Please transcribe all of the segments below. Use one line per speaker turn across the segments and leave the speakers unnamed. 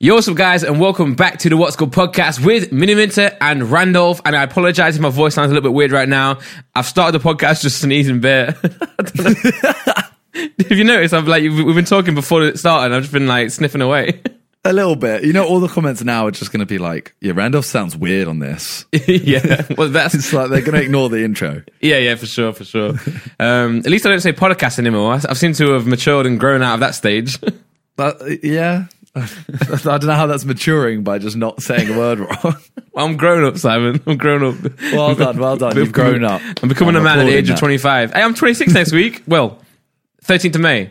Yo, what's up, guys, and welcome back to the What's Good podcast with Miniminter and Randolph. And I apologize if my voice sounds a little bit weird right now. I've started the podcast just sneezing bare. I don't know. If you notice, I've like we've been talking before it started. and I've just been like sniffing away.
A little bit. You know, all the comments now are just going to be like, yeah, Randolph sounds weird on this.
yeah, well, that's
It's like they're going to ignore the intro.
yeah, yeah, for sure, for sure. Um, at least I don't say podcast anymore. I- I've seemed to have matured and grown out of that stage.
But yeah, I don't know how that's maturing by just not saying a word wrong.
I'm grown up, Simon. I'm grown up.
Well done, well done. You've grown up.
I'm becoming
I'm
a man at the
applauding
age of
that.
25. Hey, I'm 26 next week. Well, 13th of May.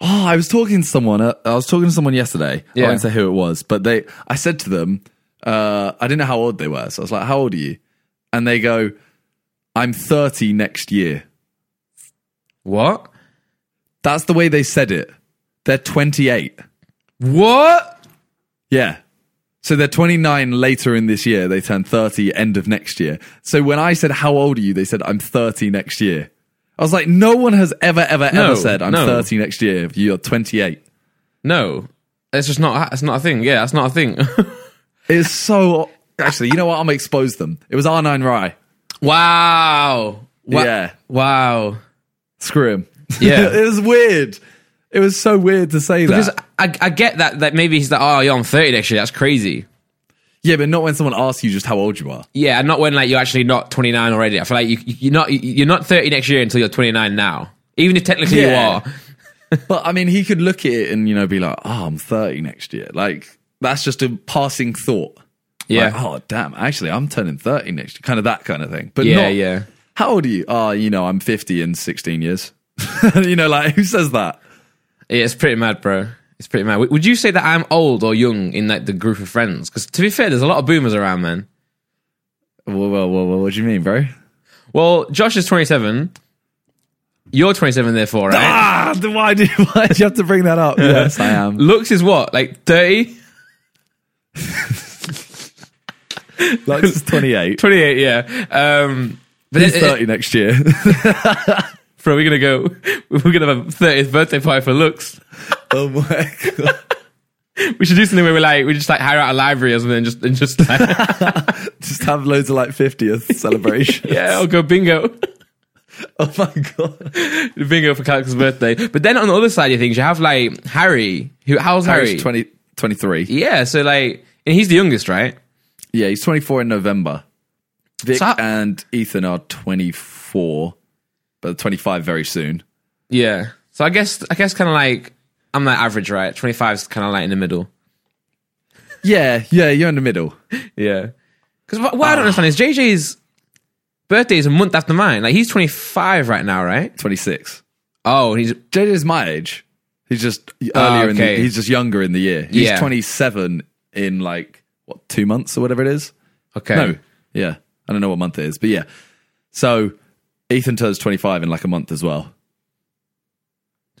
Oh, I was talking to someone. uh, I was talking to someone yesterday.
Yeah.
I won't say who it was, but they. I said to them, uh, I didn't know how old they were, so I was like, "How old are you?" And they go, "I'm 30 next year."
What?
That's the way they said it. They're 28.
What?
Yeah. So they're 29 later in this year. They turn 30 end of next year. So when I said, How old are you? They said, I'm 30 next year. I was like, No one has ever, ever, ever
No,
said, I'm
no.
30 next year. You're 28.
No, it's just not. It's not a thing. Yeah, it's not a thing.
It's so. Actually, you know what? I'm going to expose them. It was R9 Rye.
wow. Wha-
Yeah.
Wow.
Screw him.
Yeah.
it was weird. It was so weird to say
Because
that.
I, I get that that maybe he's like, oh, you're on 30 next year. That's crazy.
Yeah, but not when someone asks you just how old you are.
Yeah, and not when like you're actually not 29 already. I feel like you, you're not you're not 30 next year until you're 29 now. Even if technically
Yeah.
you are.
But I mean, he could look at it and, you know, be like, Oh, I'm 30 next year. Like, that's just a passing thought.
Yeah.
Like, oh damn! Actually, I'm turning thirty next. year. Kind of that kind of thing. But
Yeah,
not,
yeah.
How old are you? Oh, you know, I'm fifty in sixteen years. you know, like who says that?
Yeah, it's pretty mad, bro. It's pretty mad. Would you say that I'm old or young in like the group of friends? Because to be fair, there's a lot of boomers around, man.
Well, well, well, well what do you mean, bro?
Well, Josh is 27. You're 27, therefore, right?
Ah, then why do why do you have to bring that up? yes, I am.
Looks is what, like 30,
Like this is twenty eight.
28, yeah. Um, but
He's
it, it,
thirty next year.
bro, we're gonna go. We're gonna have a 30th birthday party for looks.
oh my god!
We should do something where we like we just like hire out a library or something and just and just like,
Just have loads of like fiftieth celebration.
yeah, I'll go bingo.
Oh my god!
Bingo for Calix's birthday. But then on the other side of things, you have like Harry. Who? How's Harry?
Harry's 20, 23.
Yeah, so like, and he's the youngest, right?
Yeah, he's twenty four in November. Vic
So how-
and Ethan are twenty four, but twenty five very soon.
Yeah. So I guess I guess kind of like I'm like average, right? Twenty five is kind of like in the middle.
Yeah, yeah, you're in the middle.
Yeah. Because what, what I don't understand is JJ's birthday is a month after mine. Like he's twenty five right now, right?
26.
Oh, he's
JJ's my age. He's just earlier in the,
Ah, okay.
he's just younger in the year. He's
Yeah.
27 in like what 2 months or whatever it is.
okay.
No. Yeah. I don't know what month it is, but yeah. So Ethan turns 25 in like a month as well.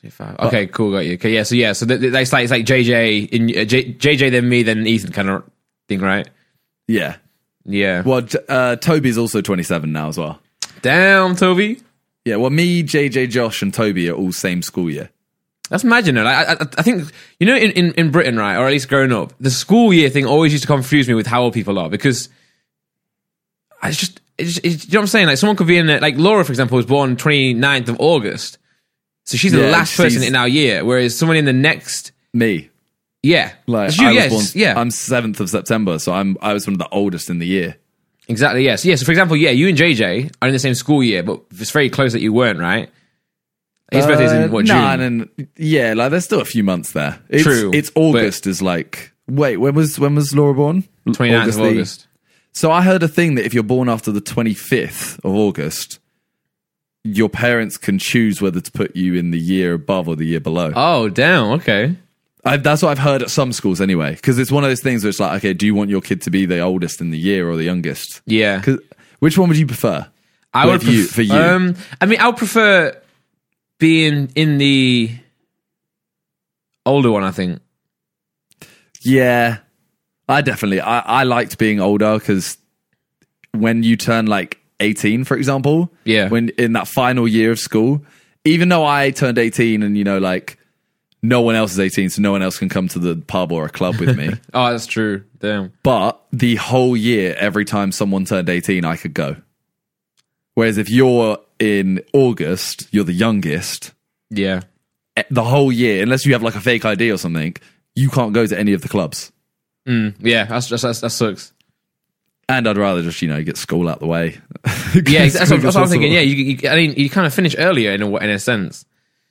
25. Okay, cool, got you. Okay, yeah. So yeah, so th- th- it's like it's like JJ in uh, J- JJ then me then Ethan kind of thing, right?
Yeah.
Yeah.
Well, J- uh, Toby's also 27 now as well.
Damn, Toby.
Yeah, well, me, JJ, Josh, and Toby are all same school year.
That's mad, you know. Like, I, I, I think you know in, in, in Britain, right, or at least growing up, the school year thing always used to confuse me with how old people are because I just, it's just it's, you know what I'm saying. Like someone could be in it, like Laura, for example, was born 29th of August, so she's the
Yeah,
last person
she's-
in our year, whereas someone in the next,
Me,
yeah,
like
It's you,
I was
yes,
born,
yeah,
I'm 7th of September, so I'm I was one of the oldest in the year.
exactly, yes, yeah. So for example, yeah, you and JJ are in the same school year, but it's very close that you weren't, right? His birthday's in
Uh,
what June?
nah, and then- yeah, like there's still a few months there. It's,
True,
It's August is like wait, when was when was Laura born?
29th of
the-
August.
So I heard a thing that if you're born after the 25th of August, your parents can choose whether to put you in the year above or the year below.
Oh, damn. Okay.
I, that's what I've heard at some schools anyway, because it's one of those things where it's like, okay, do you want your kid to be the oldest in the year or the youngest?
Yeah.
'Cause- which one would you prefer?
I
Well,
would
if you-
pref-
for you.
Um, I mean, I would prefer being in the older one. I think.
Yeah, I definitely. I, I liked being older because when you turn like 18, for example,
Yeah.
when in that final year of school, even though I turned 18 and you know, like no one else is 18, so no one else can come to the pub or a club with me.
Oh, that's true. Damn.
but the whole year, every time someone turned 18, I could go. Whereas if you're in August, you're the youngest,
Yeah.
eh, the whole year, unless you have like a fake ID or something, you can't go to any of the clubs.
Mm, yeah. That's, that's, that's, that sucks.
And I'd rather just, you know, get school out the way.
Yeah. That's, what, that's what I'm thinking. Yeah. You, you, I mean, you kind of finish earlier in a, in a sense.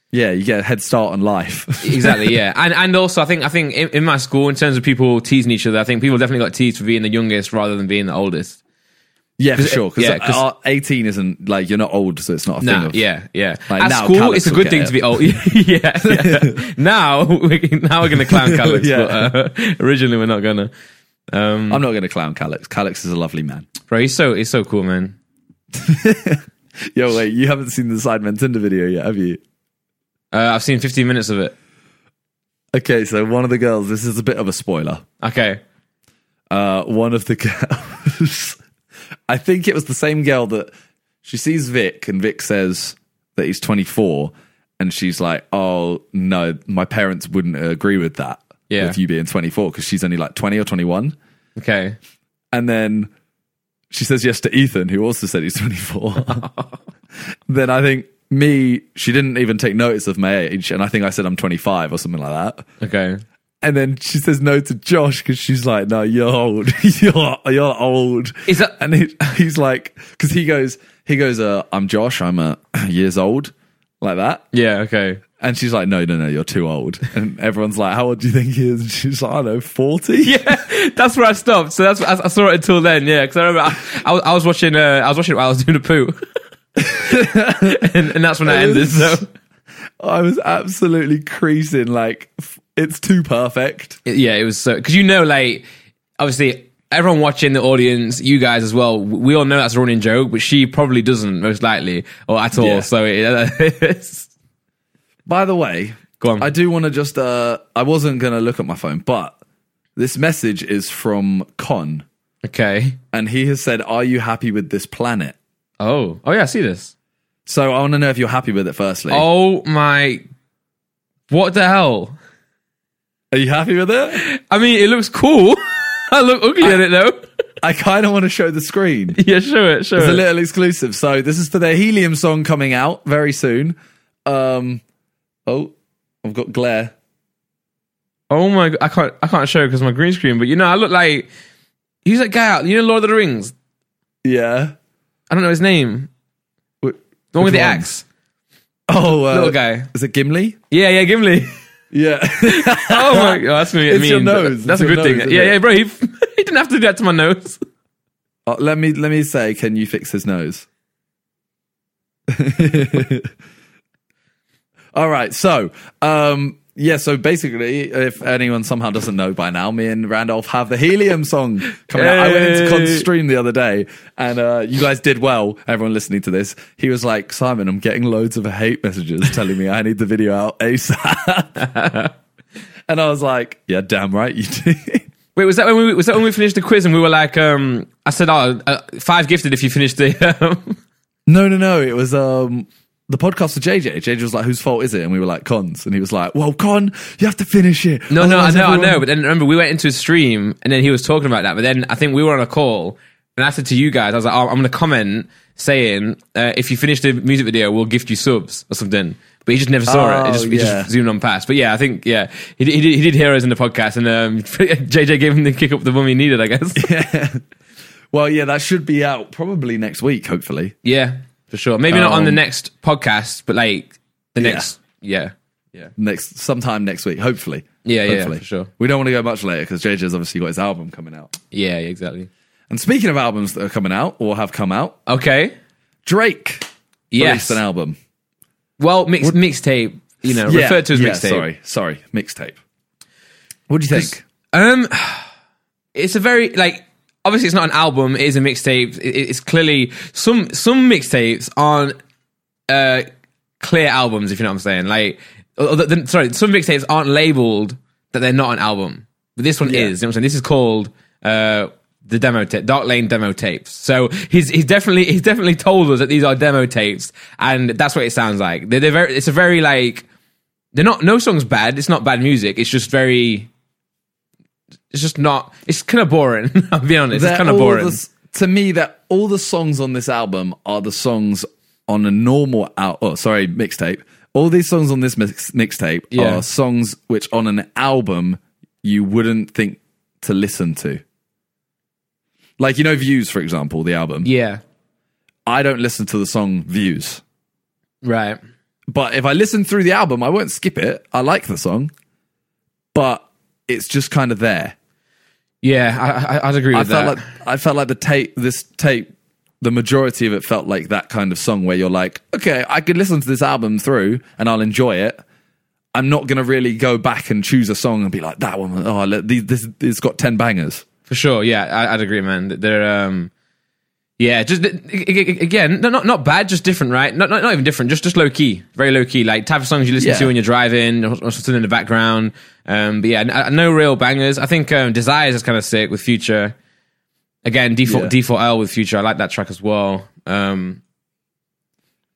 Yeah, you get a head start on life.
Exactly. Yeah. And and also, I think I think in, in my school, in terms of people teasing each other, I think people definitely got teased for being the youngest rather than being the oldest.
yeah, for sure. Because
yeah, 'cause-
18 isn't like, you're not old, so it's not a thing.
Nah,
Of,
yeah, yeah.
Like,
At
now
school,
Callum
it's a
will
good
get
thing
it.
to be old. yeah, yeah. Now, we, now we're gonna clown Calix,
Yeah.
but uh, originally we're not gonna. Um,
I'm not going to clown Calix. Calix is a lovely man.
bro, he's so he's so cool, man.
Yo, wait, you haven't seen the Sidemen Tinder video yet, have you?
Uh, I've seen 15 minutes of it.
Okay, so one of the girls, this is a bit of a spoiler.
Okay,
Uh, one of the girls, I think it was the same girl that she sees Vic, and Vic says that he's 24, and she's like, oh, no, my parents wouldn't agree with that.
Yeah.
With you being 24, because she's only like 20 or 21.
okay.
And then she says yes to Ethan, who also said he's 24. then I think me, she didn't even take notice of my age. And I think I said I'm 25 or something like that.
Okay.
And then she says no to Josh because she's like, no, you're old. you're, you're old.
Is that-
And he, he's like, because he goes, he goes, uh, I'm Josh. I'm uh, years old, like that.
Yeah. Okay.
And she's like, no, no, no, you're too old. And everyone's like, how old do you think he is? And she's like, I don't know, 40? Yeah.
that's where I stopped. So that's I, I saw it until then. Yeah, because I remember I, I, was- I was watching. Uh, I was watching it while I was doing a poo, and, and that's when I ended. So
I was absolutely creasing. Like f- it's too perfect.
yeah, it was so because you know, like obviously everyone watching the audience, you guys as well. w- We all know that's a running joke, but she probably doesn't most likely or at all.
Yeah.
So it, it's,
By the way,
Go on.
I do want to just. Uh, I wasn't gonna look at my phone, but this message is from Con,
okay.
and he has said, "Are you happy with this planet?"
Oh, oh yeah, I see this.
So I want to know if you're happy with it. Firstly,
Oh my, what the hell?
are you happy with it?
I mean, it looks cool. I look ugly in it though.
I kind of want to show the screen.
yeah, show it, show
It's a
it.
little exclusive. So this is for their Helium song coming out very soon. Um, oh, I've got glare.
Oh my! g- I can't. I can't show because my green screen. But you know, I look like he's that guy out. You know, Lord of the Rings.
Yeah.
I don't know his name.
Wh-
The one with
which
the
one?
axe.
Oh, uh,
Little guy.
Is it Gimli?
Yeah, yeah, Gimli.
Yeah.
Oh my! God, that's me.
It's your
mean, but
nose.
That's
It's
a
your
good
nose,
thing.
isn't
Yeah,
it?
yeah, bro. He, he didn't have to do that to my nose.
Uh, let me let me say, can you fix his nose? All right. So, um, yeah. So basically, if anyone somehow doesn't know by now, me and Randolph have the Helium song coming out. I went into Con's
Hey.
stream the other day, and uh, you guys did well. Everyone listening to this, he was like, Simon, I'm getting loads of hate messages telling me I need the video out ASAP. and I was like, Yeah, damn right, you did.
Wait, was that when we was that when we finished the quiz and we were like, um, I said, oh, uh, five gifted if you finish the. Um,
No, no, no. It was um the podcast with JJ. JJ was like, "Whose fault is it?" And we were like, "Cons." And he was like, "Well, Con, you have to finish it."
no, no, I
Otherwise
know, I
everyone-
know. But then remember, we went into a stream and then he was talking about that. But then I think we were on a call and I said to you guys, I was like, oh, I'm going to comment saying, uh, if you finish the music video, we'll gift you subs or something. But he just never saw it. It
Oh,
just, he
yeah.
just zoomed on past. But yeah, I think, yeah, he, did- he, did, he did hear us in the podcast and um, JJ gave him the kick up the bum he needed, I guess. Yeah,
Well, yeah, that should be out probably next week, hopefully.
for sure. Maybe not on the
Um,
next podcast, but like the
Yeah.
next, yeah. Yeah.
Next, sometime next week, hopefully.
Yeah, yeah,
hopefully.
for sure.
We don't want to go much later because JJ's obviously got his album coming out.
Yeah, yeah, exactly.
And speaking of albums that are coming out or have come out,
Okay.
Drake
Yes.
released an album.
Well, mix, mixtape, you know,
Yeah,
referred to as
yeah,
mixtape.
Sorry, sorry, mixtape. What do you think?
Um, it's a very like obviously it's not an album. It is a mixtape. It, it's clearly some some mixtapes aren't uh clear albums. If you know what I'm saying, like or the, the- sorry, some mixtapes aren't labeled that they're not an album, but this one is. You know what I'm saying? This is called uh the demo tape, Dark Lane demo tapes. So he's he's definitely he's definitely told us that these are demo tapes, and that's what it sounds like. They're, they're very. It's a very like They're not. No song's bad. It's not bad music. It's just very. It's just not. It's kind of boring. I'll be honest.
They're
it's kind of
all
boring.
the s- to me, that all the songs on this album are the songs on a normal out. Oh, sorry, mixtape. All these songs on this mix- mixtape
Yeah.
are songs which on an album you wouldn't think to listen to. Like you know, Views, for example, the album.
yeah.
I don't listen to the song Views,
Right.
but if I listen through the album, I won't skip it. I like the song, but it's just kind of there.
Yeah. I, I I'd agree
I
with that.
felt like I felt like the tape this tape the majority of it felt like that kind of song where you're like, okay, I could listen to this album through and I'll enjoy it. I'm not gonna really go back and choose a song and be like that one. Oh, le- these- this it's got ten bangers.
For sure, yeah, I, I'd agree, man. They're, um, yeah, just a- a- a- again, no- not not bad, just different, right? Not not, not even different, just just low key, very low key, like type of songs you listen
Yeah.
to when you're driving or, or something in the background. Um, but yeah, n- no real bangers. I think um, Desires is kind of sick with Future. Again, default
Yeah.
default L with Future. I like that track as well. Um,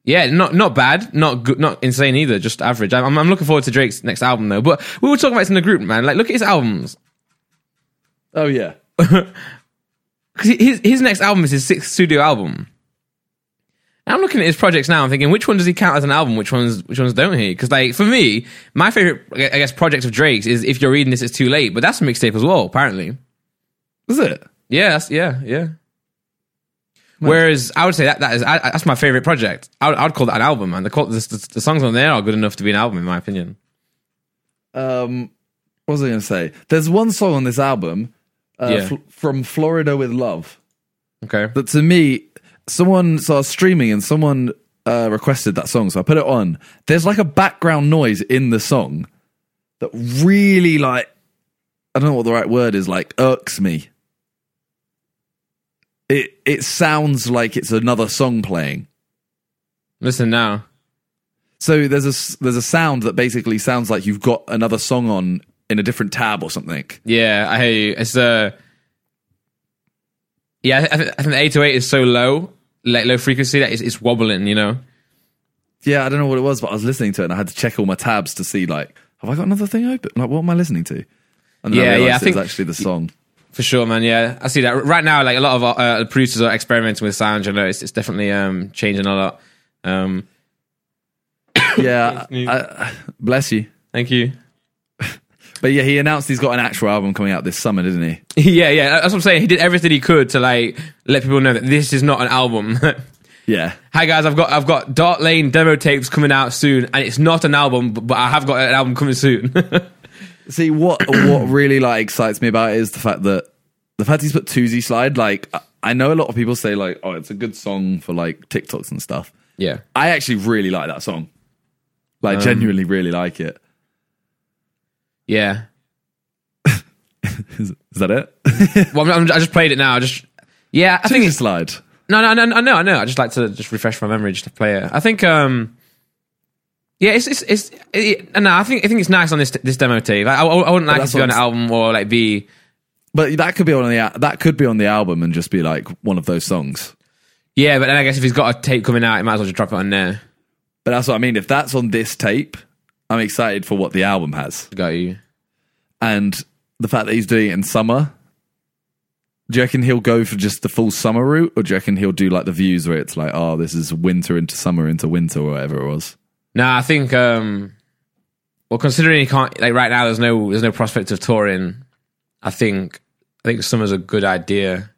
yeah, not not bad, not good, not insane either, just average. I'm, I'm looking forward to Drake's next album though. But we were talking about this in the group, man. Like, look at his albums.
Oh yeah.
because his his next album is his sixth studio album. And I'm looking at his projects now. I'm thinking, which one does he count as an album? Which ones which ones don't he? Because like for me, my favorite I guess project of Drake's is if you're reading this, it's too late. But that's a mixtape as well, apparently.
Is it?
Yeah, that's, yeah, yeah. Whereas I would say that that is I, that's my favorite project. I would, I would call that an album, man. The, qual- the, the, the songs on there are good enough to be an album, in my opinion.
Um what was I gonna say? There's one song on this album uh,
Yeah.
fl- from Florida with Love.
Okay,
that to me, someone so I was streaming and someone uh, requested that song, so I put it on. There's like a background noise in the song that really like I don't know what the right word is, like irks me. It it sounds like it's another song playing.
listen now.
So there's a s- there's a sound that basically sounds like you've got another song on in a different tab or something.
Yeah, I hear you. It's uh, yeah, I, th- I think the eight to eight is so low, like low frequency that it's, it's wobbling. You know,
Yeah, I don't know what it was, but I was listening to it and I had to check all my tabs to see like, have I got another thing open? Like, what am I listening to? And then
Yeah, yeah,
I realized
I
it
think-
was actually the song.
for sure, man. Yeah, I see that right now. Like a lot of uh, producers are experimenting with sound. You know, it's, it's definitely um changing a lot. Um,
Yeah, I- bless you.
thank you.
But yeah, he announced he's got an actual album coming out this summer, didn't he?
yeah, yeah, that's what I'm saying. He did everything he could to like let people know that this is not an album.
Yeah,
Hi guys, I've got I've got Dark Lane demo tapes coming out soon, and it's not an album, but, but I have got an album coming soon.
See what what really like excites me about it is the fact that the fact he's put Toozy Slide. Like I- I know a lot of people say like, oh, it's a good song for like TikToks and stuff.
yeah,
I actually really like that song. Like genuinely really like it.
yeah.
Is, is that it?
Well, I'm, I'm, I just played it now. I just yeah, I think
Toozy
it's
Slide.
no, no, no, no, no, no. I just like to just refresh my memory just to play it. I think um, yeah, it's it's it's it, no. I think I think it's nice on this this demo tape. I, I, I wouldn't like it
that's
to be on an
what
album or like be
But that could be on the al- that could be on the album and just be like one of those songs.
yeah. But then I guess if he's got a tape coming out, he might as well just drop it on there.
But that's what I mean. If that's on this tape, I'm excited for what the album has
Got you.
and the fact that he's doing it in summer. Do you reckon he'll go for just the full summer route, or do you reckon he'll do like the views where it's like, oh, this is winter into summer into winter or whatever it was?
Nah, I think um, well, considering he can't like right now, there's no there's no prospect of touring. I think I think summer's a good idea,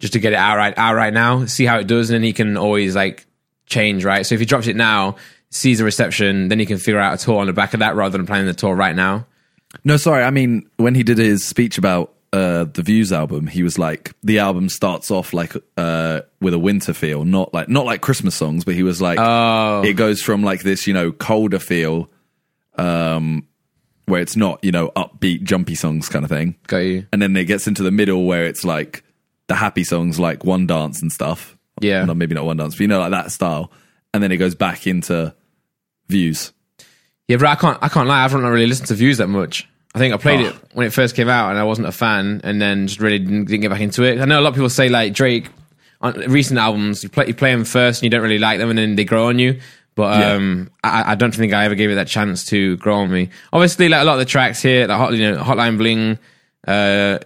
just to get it out right out right now, see how it does, and then he can always like change right. So if he drops it now, sees the reception, then he can figure out a tour on the back of that rather than planning the tour right now.
No, sorry. I mean, when he did his speech about uh, the Views album, he was like, the album starts off like uh, with a winter feel, not like not like Christmas songs, but he was like, it goes from like this, you know, colder feel, um, where it's not, you know, upbeat, jumpy songs kind of thing,
Got you?
and then it gets into the middle where it's like the happy songs, like One Dance and stuff.
Yeah.
no, maybe not One Dance, but you know, like that style, and then it goes back into Views.
Yeah, but I can't. I can't lie. I haven't really listened to views that much. I think I played it when it first came out, and I wasn't a fan, and then just really didn't, didn't get back into it. I know a lot of people say like Drake on recent albums, you play you play them first, and you don't really like them, and then they grow on you. But um, I, I don't think I ever gave it that chance to grow on me. Obviously, like a lot of the tracks here, like hot, you know, Hotline Bling, uh,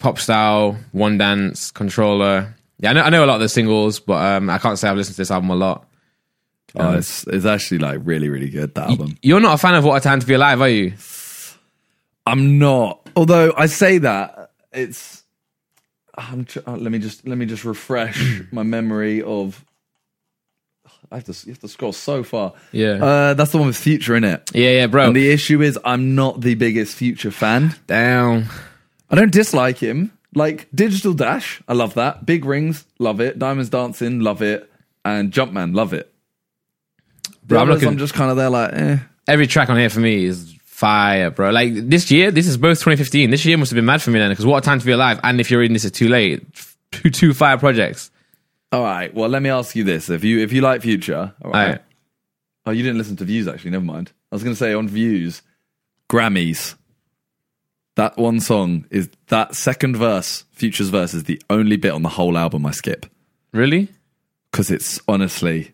Pop Style, One Dance, Controller. Yeah, I know, I know a lot of the singles, but um, I can't say I've listened to this album a lot.
Oh, it's, it's actually like really, really good, that album.
You're not a fan of What a Time to Be Alive, are you?
I'm not. Although I say that it's. I'm tr- uh, let me just let me just refresh
Mm.
my memory of. I have to you have to scroll so far.
Yeah.
uh, that's the one with Future in it.
Yeah, yeah, bro.
And the issue is, I'm not the biggest Future fan.
Down.
I don't dislike him. Like Digital Dash, I love that. Big Rings, love it. Diamonds Dancing, love it. And Jumpman, love it. The
Bro, I'm
others, I'm,
looking-
just kind of there, like, eh.
Every track on here for me is fire, bro. Like this year, this is both 2015. This year must have been mad for me then, because What a Time to Be Alive and If You're Reading This It's Too Late, two, two fire projects.
All right. Well, let me ask you this: if you if you like Future,
All
all right.
right.
Oh, you didn't listen to Views actually. Never mind. I was going to say on Views, Grammys. That one song is that second verse. Future's verse is the only bit on the whole album I skip
Really?
because it's honestly,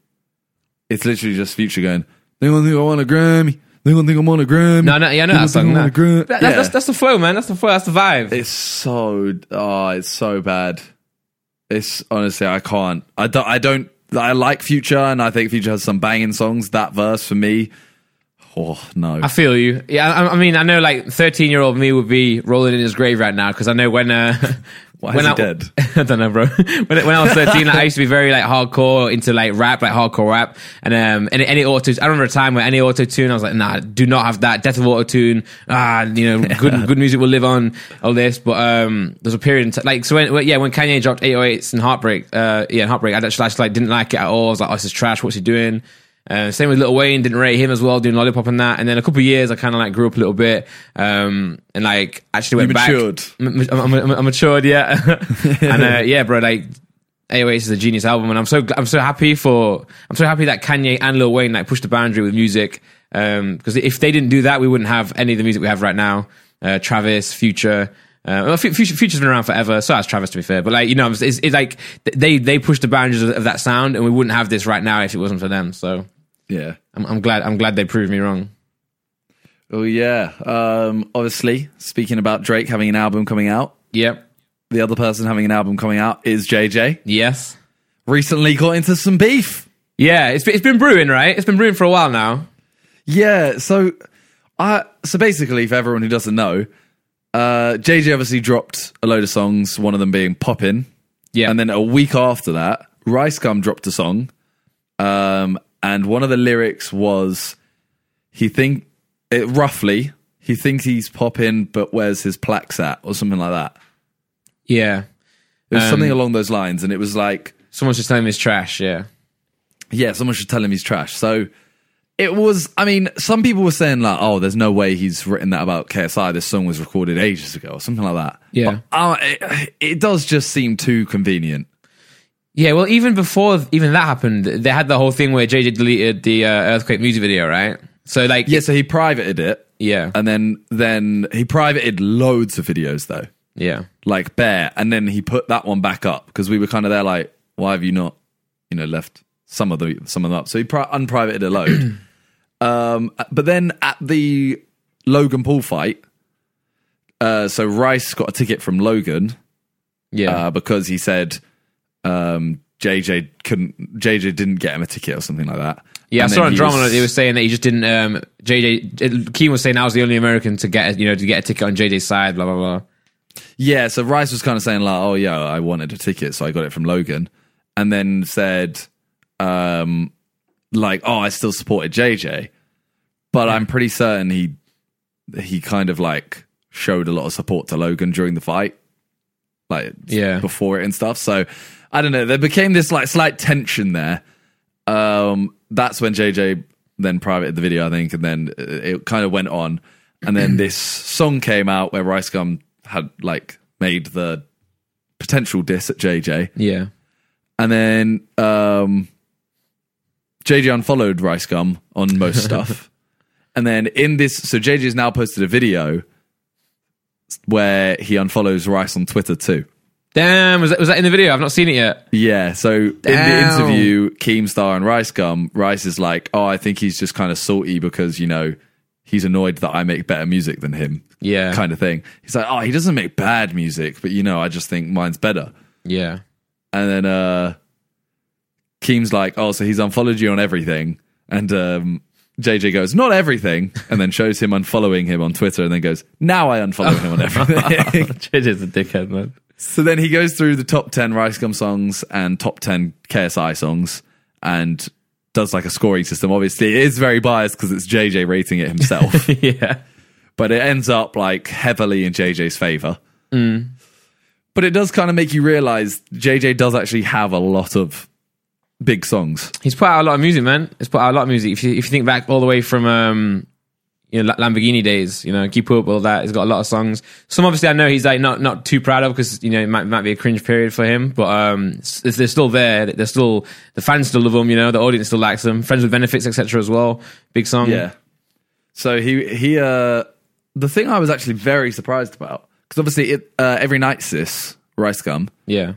it's literally just Future going. They gonna think I want a Grammy. They gonna think I'm on a Grammy.
No, no, yeah, I know
They gonna
that song.
think I
nah.
want a Gram-"
That- that's,
Yeah.
that's, that's the flow, man. That's the flow. That's the vibe.
It's so oh, it's so bad. It's honestly I can't. I don't. I don't. I like Future, and I think Future has some banging songs. That verse for me, oh no,
I feel you. Yeah, I, I mean, I know like 13 year old me would be rolling in his grave right now because I know when. Uh,
Why
when
is he
I,
dead?
I don't know, bro. When, when I was 13, like, I used to be very like hardcore into like rap, like hardcore rap, and um, and any auto. I remember a time where any auto tune, I was like, nah, do not have that. Death of auto tune. Ah, you know, good good music will live on. All this, but um, there's a period in t- like so when, when- yeah when Kanye dropped 808s and Heartbreak, uh, yeah, and Heartbreak, I actually like didn't like it at all. I was like, oh, this is trash. What's he doing? Uh, same with Lil Wayne, didn't rate him as well, doing Lollipop and that. And then a couple of years, I kind of like grew up a little bit, um, and like actually went
You
back.
matured.
M- m- I'm, I'm, I'm matured, yeah. and uh, yeah, bro, like AOS is a genius album, and I'm so gl- I'm so happy for I'm so happy that Kanye and Lil Wayne like pushed the boundary with music. Because if they didn't do that, we wouldn't have any of the music we have right now. Uh, Travis, Future. Uh, well, Fu- Future, Future's been around forever, so has Travis. To be fair, but like you know, it's, it's, it's like th- they they pushed the boundaries of, of that sound, and we wouldn't have this right now if it wasn't for them. So
yeah.
I'm, I'm glad I'm glad they proved me wrong.
Oh yeah. Um, obviously, speaking about Drake having an album coming out,
Yep.
the other person having an album coming out is JJ.
Yes.
Recently got into some beef.
Yeah. It's been- it's been brewing, right? It's been brewing for a while now.
Yeah. So, I so basically for everyone who doesn't know, uh, JJ obviously dropped a load of songs. One of them being Poppin'.
Yeah.
And then a week after that, Rice Gum dropped a song. Um, and one of the lyrics was he think it roughly he thinks he's popping but where's his plaques at or something like that.
yeah.
It was
Um,
something along those lines and it was like
Someone's just telling me it's trash. Yeah.
yeah, someone should tell him he's trash. So it was I mean some people were saying like oh there's no way he's written that about KSI this song was recorded ages ago or something like that.
Yeah.
But, uh, it, it does just seem too convenient.
Yeah. Well, even before th- even that happened, they had the whole thing where JJ deleted the uh, earthquake music video, right? So like,
Yeah, so he privated it.
yeah,
and then then he privated loads of videos though
yeah,
like bare and then he put that one back up because we were kind of there like why have you not you know left some of the some of them up so he pri- unprivated a load um but then at the logan paul fight uh so rice got a ticket from logan
yeah,
uh, because he said um jj couldn't jj didn't get him a ticket or something like that
yeah. I
And
saw
then
on
he
drama
was-
they were saying that he just didn't. Um, JJ Keen was saying I was the only American to get a, you know to get a ticket on JJ's side. Blah blah blah.
Yeah, so Rice was kind of saying like, "Oh yeah, I wanted a ticket, so I got it from Logan," and then said, um, "Like, oh, I still supported JJ, but I'm pretty certain he he kind of like showed a lot of support to Logan during the fight, like
Yeah.
before it and stuff." So I don't know. There became this like slight tension there. Um, that's when JJ then privated the video, I think, and then uh, it kind of went on. And then this song came out where Rice Gum had like made the potential diss at JJ,
Yeah,
and then um, JJ unfollowed Rice Gum on most stuff. and then in this, so JJ's now posted a video where he unfollows Rice on Twitter too.
Damn, was that, was that in the video? I've not seen it yet.
Yeah.
Damn.
So in the interview, Keemstar and Rice Gum, Rice is like, "Oh, I think he's just kind of salty because you know he's annoyed that I make better music than him."
Yeah.
Kind of thing. He's like, "Oh, he doesn't make bad music, but you know, I just think mine's better."
Yeah.
And then uh Keem's like, "Oh, so he's unfollowed you on everything." And um JJ goes, "Not everything," and then shows him unfollowing him on Twitter, and then goes, "Now I unfollow him on everything."
JJ's a dickhead, man.
So then he goes through the top 10 Rice Gum songs and top 10 KSI songs and does like a scoring system. Obviously, it is very biased because it's JJ rating it himself,
yeah.
but it ends up like heavily in JJ's favor. But it does kind of make you realize JJ does actually have a lot of big songs.
He's put out a lot of music, man. He's put out a lot of music. If you, if you think back all the way from um, you know La- Lamborghini days, you know, keep up all that. He's got a lot of songs. Some obviously I know he's like not not too proud of because you know it might might be a cringe period for him, but um, s- they're still there. They're still the fans still love him. You know, the audience still likes him. Friends with benefits, etc. As well, big song.
Yeah. So he he uh the thing I was actually very surprised about because obviously it uh, every night sis Rice Gum
yeah.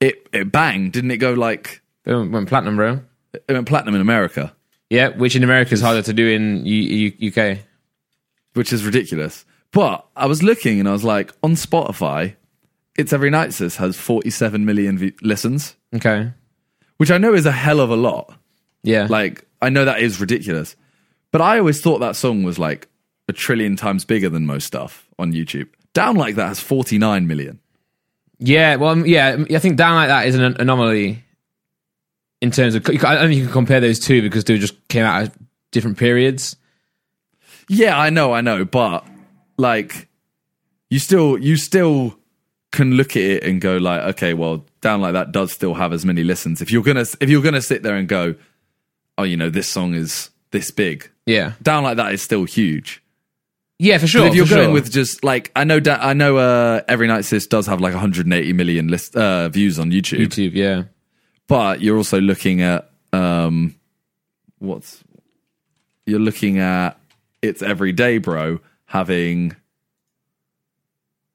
it it banged didn't it go like
They went went platinum, bro.
it went platinum in America,
Yeah, which in America is harder to do in U- U- UK.
which is ridiculous. But I was looking and I was like, on Spotify, It's Every Night Sis has 47 million v- listens,
Okay.
which I know is a hell of a lot.
Yeah.
Like, I know that is ridiculous. But I always thought that song was like a trillion times bigger than most stuff on YouTube. Down Like That has 49 million.
Yeah, well, um, yeah, I think down like that is an anomaly in terms of. I don't think you can compare those two because they just came out at different periods.
Yeah, I know, I know, but like you still you still can look at it and go like, okay, well, down like that does still have as many listens. If you're gonna if you're gonna sit there and go, oh, you know, this song is this big,
Yeah,
down like that is still huge.
yeah, for sure.
But if you're
Oh, for
going
sure.
with just like I know, da- I know, uh, every night sis does have like 180 million list uh, views on YouTube,
YouTube, yeah,
but you're also looking at um, what's you're looking at it's everyday bro having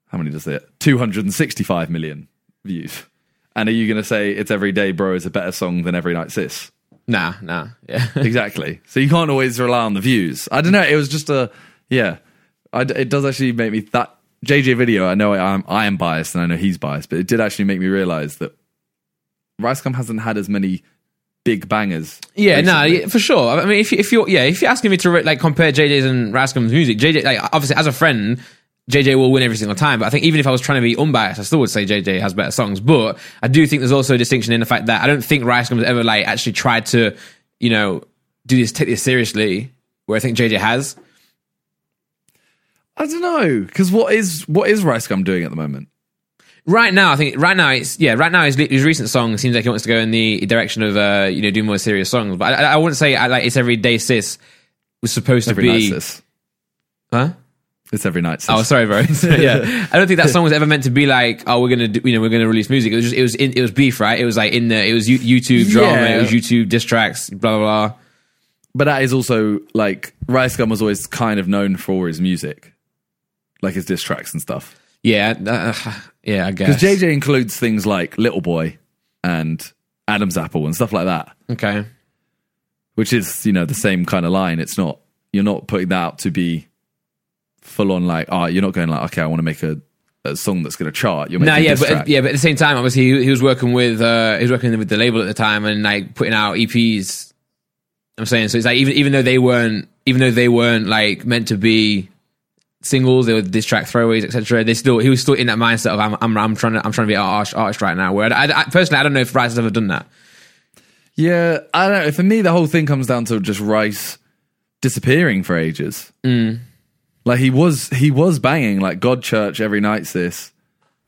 how many does it 265 million views and are you going to say it's everyday bro is a better song than every night sis
nah, nah, yeah,
exactly so you can't always rely on the views i don't know it was just a yeah I d it does actually make me that jj video i know I, am i am biased and i know he's biased but it did actually make me realize that ricecom hasn't had as many big bangers
yeah, nah,
recently.
yeah, for sure. I mean, if you- if you're yeah, if you're asking me to re- like compare JJ's and Rascom's music, JJ like obviously as a friend. JJ will win every single time, but I think even if I was trying to be unbiased, I still would say JJ has better songs. But I do think there's also a distinction in the fact that I don't think Rice has ever like actually tried to, you know, do this take this seriously, where I think JJ has.
I don't know because what is what is Rice Gum doing at the moment?
right now, I think right now it's yeah. Right now, his, his recent song seems like he wants to go in the direction of uh, you know do more serious songs. But I, I I wouldn't say I, like it's every day sis was supposed
Every
to
night,
be
sis.
huh.
It's every night, sis.
Oh, sorry, bro. yeah, I don't think that song was ever meant to be like, oh, we're gonna, do, you know, we're gonna release music. It was just, it was, in, it was beef, right? It was like in the, it was you- YouTube drama,
Yeah.
it was YouTube diss tracks, blah blah blah.
but that is also like Rice Gum was always kind of known for his music, like his diss tracks and stuff.
Yeah, uh, yeah, I guess.
Because JJ includes things like Little Boy and Adam's Apple and stuff like that,
okay,
which is you know the same kind of line. It's not you're not putting that out to be full on like oh you're not going like okay I want to make a, a song that's going to chart. You're making
No,
a
yeah,
diss
but uh,
track.
yeah, but at the same time, obviously, he, he was working with uh, he was working with the label at the time and like putting out EPs. I'm saying so. It's like even even though they weren't even though they weren't like meant to be singles, they were diss track throwaways, etc. They still he was still in that mindset of I'm I'm, I'm trying to I'm trying to be an artist, artist right now. Where I, I- I- personally, I don't know if Rice has ever done that.
Yeah, I don't know. For me, the whole thing comes down to just Rice disappearing for ages.
Mm.
Like he was, he was banging like God Church every night. Sis,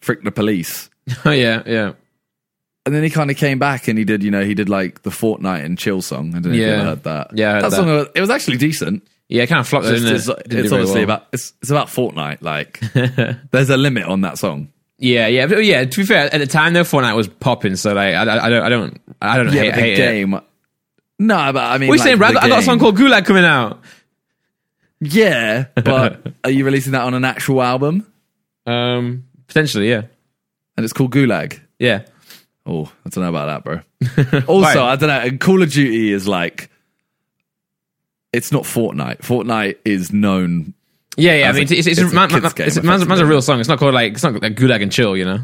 frick the police,
Oh yeah, yeah,
and then he kind of came back and he did, you know, he did like the Fortnite and Chill song. I don't know if you
Yeah.
ever heard that.
Yeah, I heard
that,
that.
song. was- It was actually decent.
yeah. It kind of flopped.
It's,
didn't it?
it's,
Didn't do
it's
very
obviously
well.
about it's, it's about Fortnite. Like there's a limit on that song.
yeah, yeah, but yeah. To be fair, at the time though, Fortnite was popping, so like I, I- I don't I don't I don't
Yeah,
hate,
but the
hate it.
game. No, but I mean,
What are you
like,
saying, bro? I
the
got, I got a song called
game-
Gulag coming out.
Yeah, but are you releasing that on an actual album?
Um, potentially, yeah.
and it's called Gulag.
Yeah.
Oh, I don't know about that, bro. also, I don't know. and Call of Duty is like, it's not Fortnite. Fortnite is known.
Yeah, yeah. I
As
mean,
a-
it's, it's, it's,
it's
a,
a
man,
kid's
man-
game,
it's a- man's, man's a
effectively.
real song. It's not called like it's not like Gulag and Chill, you know.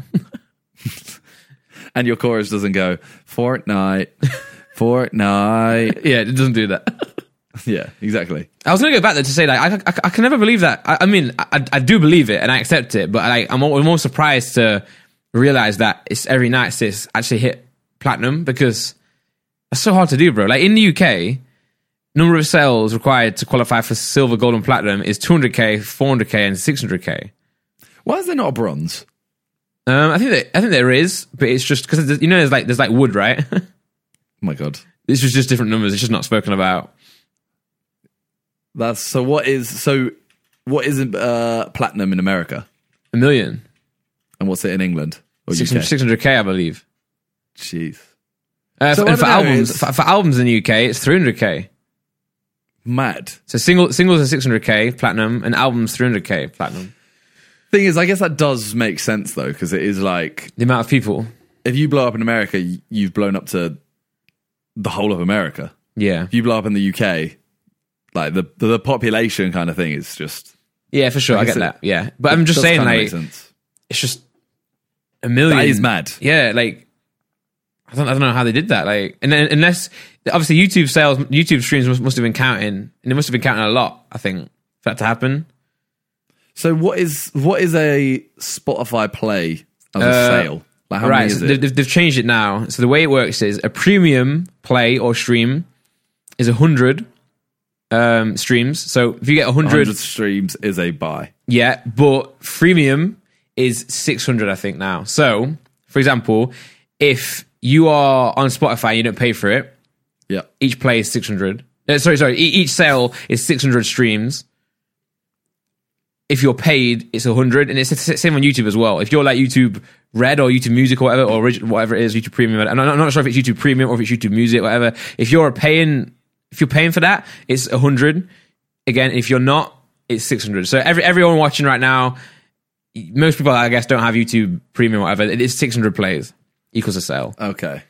And your chorus doesn't go Fortnite, Fortnite.
yeah, it doesn't do that.
Yeah, exactly.
I was going to go back there to say like I, I, I can never believe that. I, I mean, I, I do believe it and I accept it, but like I'm al- I'm more surprised to realize that it's every night sis actually hit platinum because it's so hard to do, bro. Like in the UK, number of sales required to qualify for silver, gold, and platinum is 200k, 400k, and 600k.
Why is there not a bronze?
Um, I think that, I think there is, but it's just because you know there's like there's like wood, right?
Oh my God.
this is just different numbers. It's just not spoken about.
That's so. What is so? What is uh, platinum in America,
A million,
and what's it in England or UK?
600, k I believe.
Jeez,
Uh,
So
f-
I
and for
don't know,
albums,
it's-
for, for albums in the UK, it's 300k.
mad.
So single, singles are 600k platinum, and albums 300k platinum.
Thing is, I guess that does make sense though, because it is like
The amount of people,
if you blow up in America, y- you've blown up to the whole of America.
yeah,
If you blow up in the UK, like the the, the population kind of thing is just.
yeah, for sure, I,
I
get
guess it-
that, yeah. But I'm just
does
saying,
kinda make
like,
sense.
it's just a million.
that is mad.
Yeah, like I don't, I don't know how they did that. Like, and then, unless obviously YouTube sales, YouTube streams must, must have been counting, and they must have been counting a lot. I think for that to happen.
So what is what is a Spotify play as a
Uh,
sale? Like how
right,
many is
so
it?
they've, they've- they've changed it now. So the way it works is a premium play or stream is hundred um, streams. So if you get 100,
100 streams is a buy.
yeah, but freemium is six hundred, I think now. So for example, if you are on Spotify, and you don't pay for it.
Yeah.
each play is 600 Uh, sorry sorry e- each sale is 600 streams if you're paid it's 100 and it's the s- same on youtube as well if you're like youtube red or youtube music or whatever or Orig- whatever it is youtube premium and I'm not, I'm not sure if it's youtube premium or if it's youtube music whatever if you're paying if you're paying for that it's 100 again if you're not it's 600 so every, everyone watching right now most people i guess don't have youtube premium or whatever it's 600 plays equals a sale
Okay.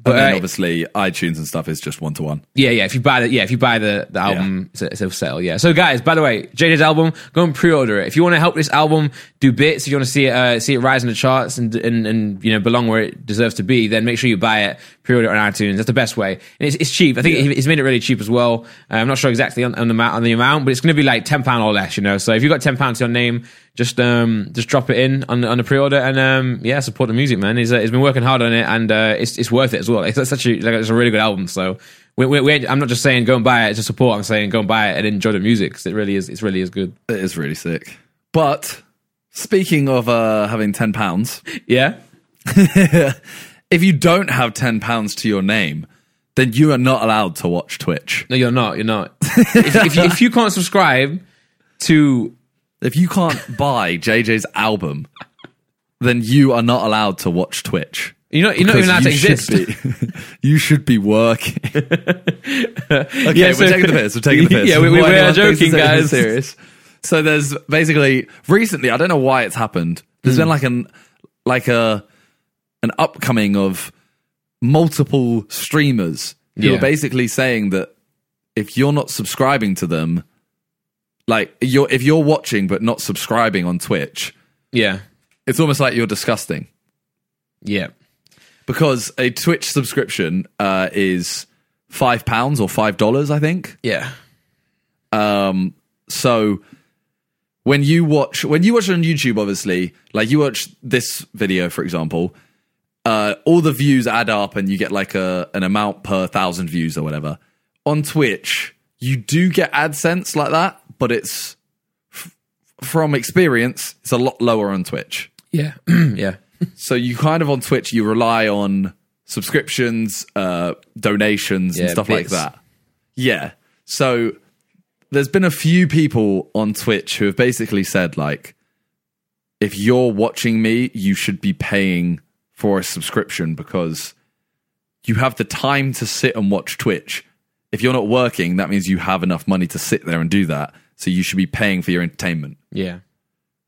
But,
But then
uh,
obviously iTunes and stuff is just one to one.
Yeah, yeah. If you buy the yeah, if you buy the, the album, it's, a, it's a sale. Yeah. So guys, by the way, JJ's album, go and pre-order it. If you want to help this album do bits, if you want to see it uh, see it rise in the charts and, and and you know belong where it deserves to be, then make sure you buy it, pre-order it on iTunes. That's the best way, and it's, it's cheap. I think he's made it really cheap as well. Uh, I'm not sure exactly on, on the amount on the amount, but it's going to be like ten pound or less, you know. So if you have got ten pounds to your name, just um just drop it in on on the pre-order and um yeah, support the music, man. He's uh, he's been working hard on it, and uh, it's it's worth it as well. It's such a like it's a really good album, so. We, we, we, I'm not just saying go and buy it to support. I'm saying go and buy it and enjoy the music 'cause it really is. It really is good.
It is really sick. But speaking of uh, having ten pounds,
Yeah,
if you don't have ten pounds to your name, then you are not allowed to watch Twitch.
no, you're not. You're not. if, if, you, if you can't subscribe to
If you can't buy JJ's album, then you are not allowed to watch Twitch.
you're not, you're not even allowed to
Because you
exist.
should be- you should be working. okay,
so-
we're taking the piss. We're taking the piss.
Yeah, we- we-
Why
we
no
are
one thinks
joking,
it's anything
guys.
Serious. So there's basically recently. I don't know why it's happened. There's
Hmm.
been like an like a an upcoming of multiple streamers who
Yeah.
are basically saying that if you're not subscribing to them, like you're if you're watching but not subscribing on Twitch,
Yeah,
it's almost like you're disgusting
yeah.
because a Twitch subscription uh, is five pounds or five dollars, I think.
Yeah.
Um, so when you watch when you watch it on YouTube, obviously, like you watch this video, for example, uh, all the views add up, and you get like a an amount per thousand views or whatever. On Twitch, you do get AdSense like that, but it's f- from experience, it's a lot lower on Twitch.
Yeah. yeah.
So you kind of on Twitch, you rely on subscriptions, uh, donations, and
Yeah,
stuff
bits.
like that. Yeah. So there's been a few people on Twitch who have basically said like, if you're watching me, you should be paying for a subscription because you have the time to sit and watch Twitch. If you're not working, that means you have enough money to sit there and do that. So you should be paying for your entertainment
Yeah.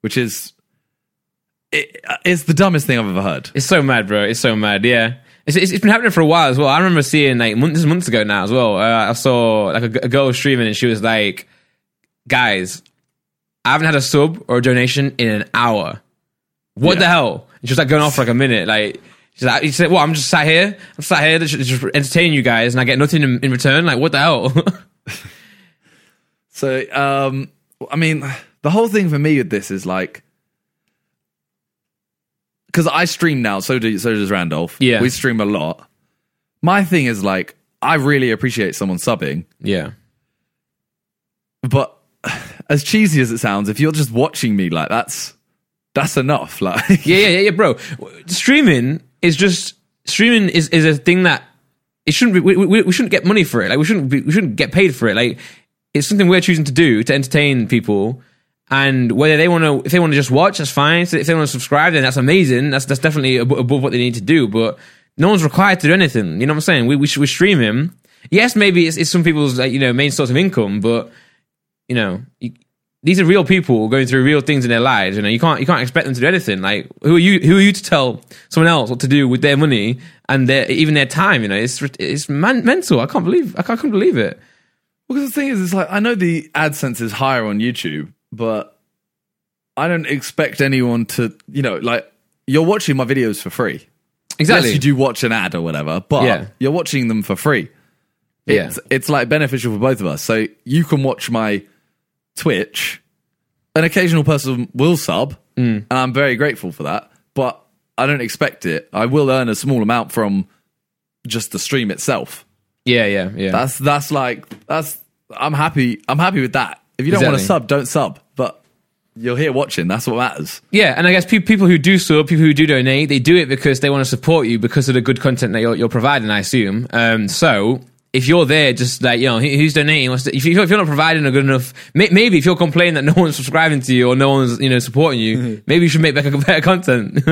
which is it, it's the dumbest thing I've ever heard.
It's so mad, bro. It's so mad. Yeah. It's, it's, it's been happening for a while as well. I remember seeing like months, this is months ago now as well. Uh, I saw like a, g- a girl streaming and she was like, "Guys, I haven't had a sub or a donation in an hour. What the hell?" And she was like going off for like a minute. Like she's like, she said, "Well, I'm just sat here. I'm sat here just, just entertaining you guys, and I get nothing in, in return. Like what the hell?"
So, um, I mean, the whole thing for me with this is like, because I stream now, so do so does Randolph.
Yeah.
we stream a lot. My thing is like, I really appreciate someone subbing,
yeah.
but as cheesy as it sounds, if you're just watching me, like that's that's enough. Like,
yeah, yeah, yeah, yeah, bro. Streaming is just streaming is, is a thing that it shouldn't be. We, we, we shouldn't get money for it. Like we shouldn't be, we shouldn't get paid for it. Like it's something we're choosing to do to entertain people. And whether they want to, if they want to just watch, that's fine. So if they want to subscribe, then that's amazing. That's that's definitely ab- above what they need to do. But no one's required to do anything. You know what I'm saying? We we sh- we're streaming. Yes, maybe it's, it's some people's like, you know main source of income, but you know, you, these are real people going through real things in their lives. You know, you can't you can't expect them to do anything. Like, who are you? Who are you to tell someone else what to do with their money and their even their time? You know, it's it's man, mental. I can't believe I can't, I can't believe it.
Because the thing is, it's like I know the AdSense is higher on YouTube, but I don't expect anyone to, you know, like you're watching my videos for free.
Exactly.
Yes, you do watch an ad or whatever, but
Yeah.
you're watching them for free.
Yeah.
It's, it's like beneficial for both of us. So you can watch my Twitch. An occasional person will sub,
Mm.
and I'm very grateful for that, but I don't expect it. I will earn a small amount from just the stream itself.
Yeah, yeah, yeah.
That's that's like that's I'm happy I'm happy with that. If you don't want to
Exactly.
sub, don't sub. But you're here watching. That's what matters.
yeah, and I guess pe- people who do sub, people who do donate, they do it because they want to support you because of the good content that you're, you're providing. I assume. Um, so if you're there, just like you know, who- who's donating? What's the, if, you, if you're not providing a good enough, may, maybe if you're complaining that no one's subscribing to you or no one's you know supporting
Mm-hmm.
you, maybe you should make better, better content.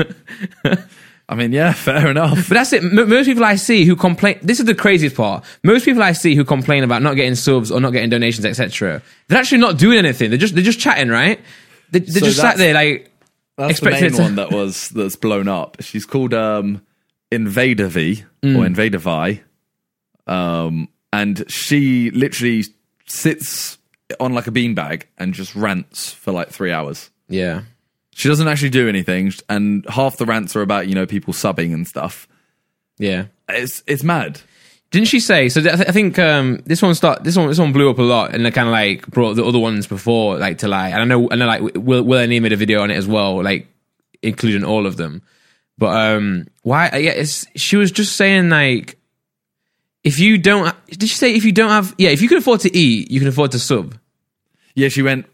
I mean, yeah, fair enough.
But that's it. M- most people I see who complain. This is the craziest part. Most people I see who complain about not getting subs or not getting donations, etc. They're actually not doing anything. They're just they're just chatting, right? They, they're
So
just sat
that's-
there like
That's
Expected to-
the main one that was that's blown up. She's called um Invader V
Mm.
or Invader Vi. Um and she literally sits on like a beanbag and just rants for like three hours.
yeah,
She doesn't actually do anything, and half the rants are about, you know, people subbing and stuff.
yeah.
It's it's mad.
Didn't she say? So th- I thi- I think um, this one start this one this one blew up a lot and they kind of like brought the other ones before like to like and I know and I like Will Will and Ian made a video on it as well like including all of them, but um why yeah it's, she was just saying like if you don't did she say if you don't have yeah if you can afford to eat you can afford to sub
Yeah, she went.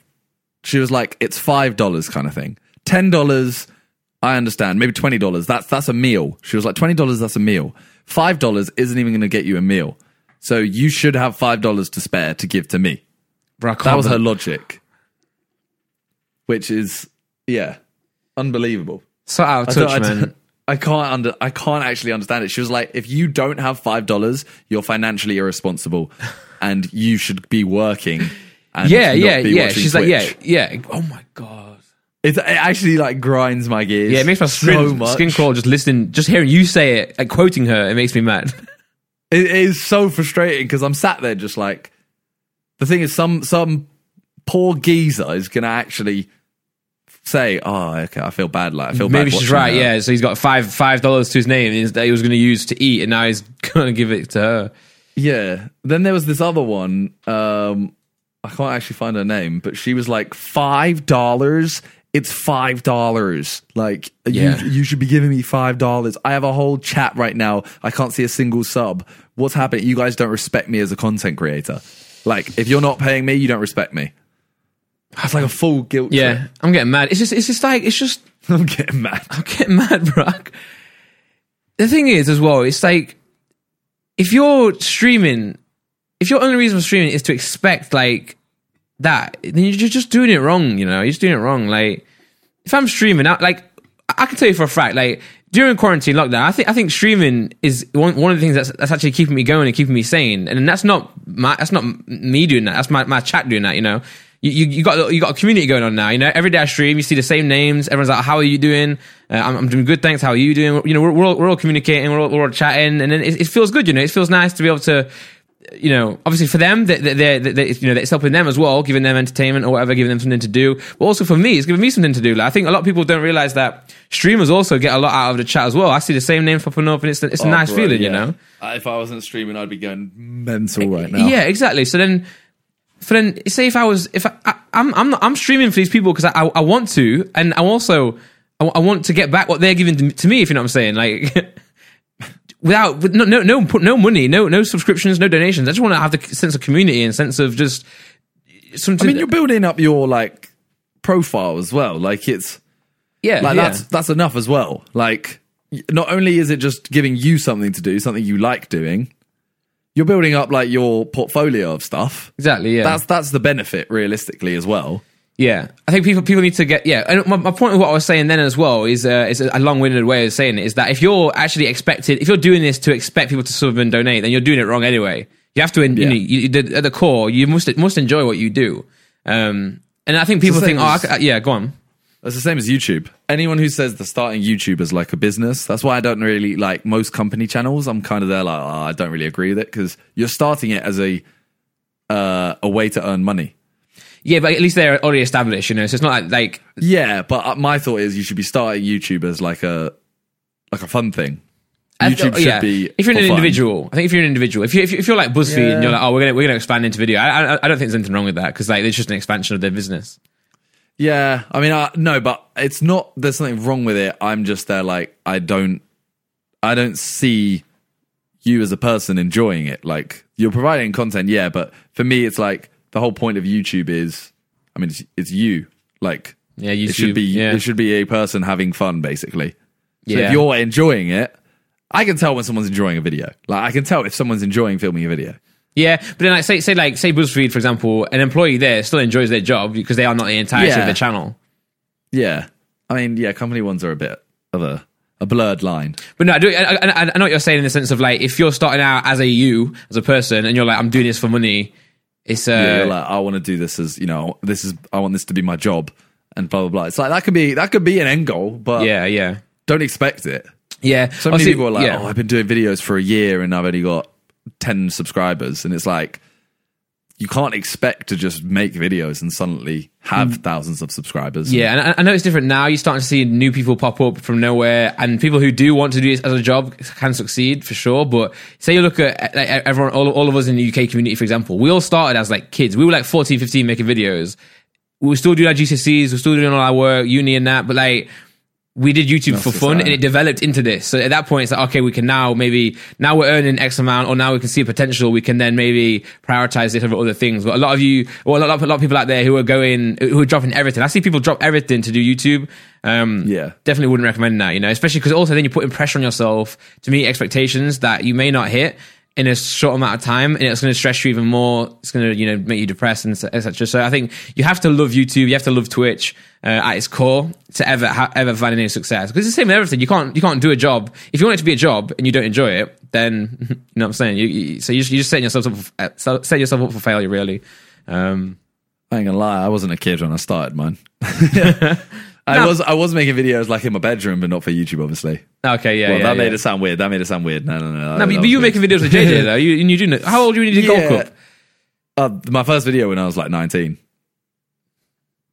She was like, "It's five dollars," kind of thing. Ten dollars, I understand. Maybe twenty dollars. That's that's a meal. She was like, twenty dollars. That's a meal. Five dollars isn't even going to get you a meal. So you should have five dollars to spare to give to me.
Bro, I can't
That was her
bel-
logic, which is yeah, unbelievable.
sort out of touch
I, don't-
man
I can't under. I can't actually understand it. She was like, "If you don't have five dollars, you're financially irresponsible, and you should be working." And
yeah
not
yeah
be
yeah
watching
she's
Twitch."
like yeah yeah oh my god
It's, it actually like grinds my gears.
yeah it makes my skin, skin crawl just listening just hearing you say it like quoting her it makes me mad.
It is so frustrating because I'm sat there just like the thing is some some poor geezer is gonna actually say, "Oh, okay, I feel bad. Like I feel
Maybe
bad
she's
watching
right.
her."
Yeah, so he's got five five dollars to his name and he's- that he was going to use to eat, and now he's going to give it to her.
yeah. Then there was this other one. Um, I can't actually find her name, but she was like five dollars. It's five dollars. Like
Yeah.
you, you should be giving me five dollars. I have a whole chat right now. I can't see a single sub. What's happening? You guys don't respect me as a content creator. Like if you're not paying me, you don't respect me. That's like a full guilt.
Yeah,
trip.
I'm getting mad. It's just it's just like it's just
I'm getting mad.
I'm getting mad, bro. The thing is, as well, it's like if you're streaming, if your only reason for streaming is to expect like that, then you're ju- just doing it wrong. You know, you're just doing it wrong. Like if I'm streaming, I, like I I can tell you for a fact, like during quarantine lockdown, I think I think streaming is one one of the things that's that's actually keeping me going and keeping me sane. And that's not my that's not m- me doing that. That's my my chat doing that. You know. You- you, you, you got you got a community going on now. You know, every day I stream, you see the same names. Everyone's like, "How are you doing? Uh, I'm, I'm doing good, thanks. How are you doing?" You know, we're, we're all, we're all communicating, we're all, we're all chatting, and then it, it feels good. You know, it feels nice to be able to, you know, obviously for them, that that- that- that- that, you know, that it's helping them as well, giving them entertainment or whatever, giving them something to do. But also for me, it's giving me something to do. Like I think a lot of people don't realize that streamers also get a lot out of the chat as well. I see the same names popping up, and it's it's a nice
Oh, Bro,
feeling,
yeah.
you know.
Uh, If I wasn't streaming, I'd be going mental right now.
Yeah, exactly. So then, for then, say if I was, if I, I I'm, I'm, not, I'm streaming for these people because I, I, I want to, and I also, I, I want to get back what they're giving to, to me. If you know what I'm saying, like. Without with no no no put no money no no subscriptions no donations I just want to have the sense of community and sense of just
I
something
mean, you're building up your like profile as well. Like it's
yeah
like
yeah.
that's that's enough as well. Like y- not only is it just giving you something to do, something you like doing, you're building up like your portfolio of stuff.
exactly yeah
That's that's the benefit realistically as well.
Yeah, I think people people need to get yeah. And my, my point of what I was saying then as well is uh, is a long winded way of saying it is that if you're actually expected, if you're doing this to expect people to sub and donate, then you're doing it wrong anyway. You have to, en- you
Yeah.
know, you, you- the- at the core, you must must enjoy what you do. Um, and I think people
the
think,
same
oh, I
as-
c- yeah, go on.
That's the same as YouTube. Anyone who says they're starting YouTube as like a business, that's why I don't really like most company channels. I'm kind of there like, oh, I don't really agree with it because you're starting it as a uh, a way to earn money.
Yeah, but at least they're already established, you know. So it's not like, like
Yeah, but uh, my thought is you should be starting YouTube as like a like a fun thing.
I feel-
YouTube should
yeah.
be
if you're an
for fun.
individual. I think if you're an individual, if you if, you, if you're like BuzzFeed and you're like, oh, we're gonna we're gonna expand into video. I I, I don't think there's anything wrong with that because like it's just an expansion of their business.
Yeah, I mean, I, no, but it's not. There's something wrong with it. I'm just there, like I don't, I don't see you as a person enjoying it. Like you're providing content, yeah, but for me, it's like the whole point of YouTube is, I mean, it's, it's you. Like,
Yeah,
it should
YouTube,
be,
yeah.
it should be a person having fun, basically. So
Yeah.
if you're enjoying it, I can tell when someone's enjoying a video. Like I can tell if someone's enjoying filming a video.
Yeah, but then like say say like say BuzzFeed for example, an employee there still enjoys their job because they are not the entirety
Yeah.
of the channel.
Yeah, I mean, yeah, company ones are a bit of a a blurred line.
But no, I do. I, I, I know what you're saying in the sense of like if you're starting out as a you as a person and you're like I'm doing this for money, it's uh
yeah,
yeah,
you're like, I want to do this as you know, this is I want this to be my job, and blah blah blah. It's like that could be that could be an end goal, but
yeah, yeah.
don't expect it. So many
Obviously,
people are like,
yeah.
oh, I've been doing videos for a year and I've only got ten subscribers, and it's like you can't expect to just make videos and suddenly have thousands of subscribers.
Mm. Yeah, and I, I know it's different now. You're starting to see new people pop up from nowhere, and people who do want to do this as a job can succeed for sure. But say you look at like, e-, everyone, all, all of us in the UK community, for example, we all started as like kids. We were like 14, 15 making videos. We were still doing our GCSEs, we were still doing all our work, uni and that, but like, we did YouTube for
just
fun
that.
and it developed into this. So at that point, it's like, okay, we can now maybe, now we're earning X amount or now we can see potential. We can then maybe prioritize this over other things. But a lot of you, well, a lot, a lot of people out there who are going, who are dropping everything. I see people drop everything to do YouTube. Um,
Yeah.
Definitely wouldn't recommend that, you know, especially because also then you're putting pressure on yourself to meet expectations that you may not hit in a short amount of time and it's going to stress you even more. It's going to, you know, make you depressed and etc. So I think you have to love YouTube. You have to love Twitch uh, at its core to ever, ha- ever find any success because it's the same with everything. You can't, you can't do a job. If you want it to be a job and you don't enjoy it, then you know what I'm saying? You, you, so you're just, you're just setting yourself up, for, uh, so- set yourself up for failure really. Um,
I ain't gonna lie, I wasn't a kid when I started mine. I was I was making videos like in my bedroom, but not for YouTube, obviously.
okay. Yeah.
Well,
yeah,
that
yeah.
made it sound weird. That made it sound weird. No, no, no.
no, but, but you were making videos with JJ though. You, and you do know, how old were you when you did Gold Cup?
Uh, my first video when I was like 19.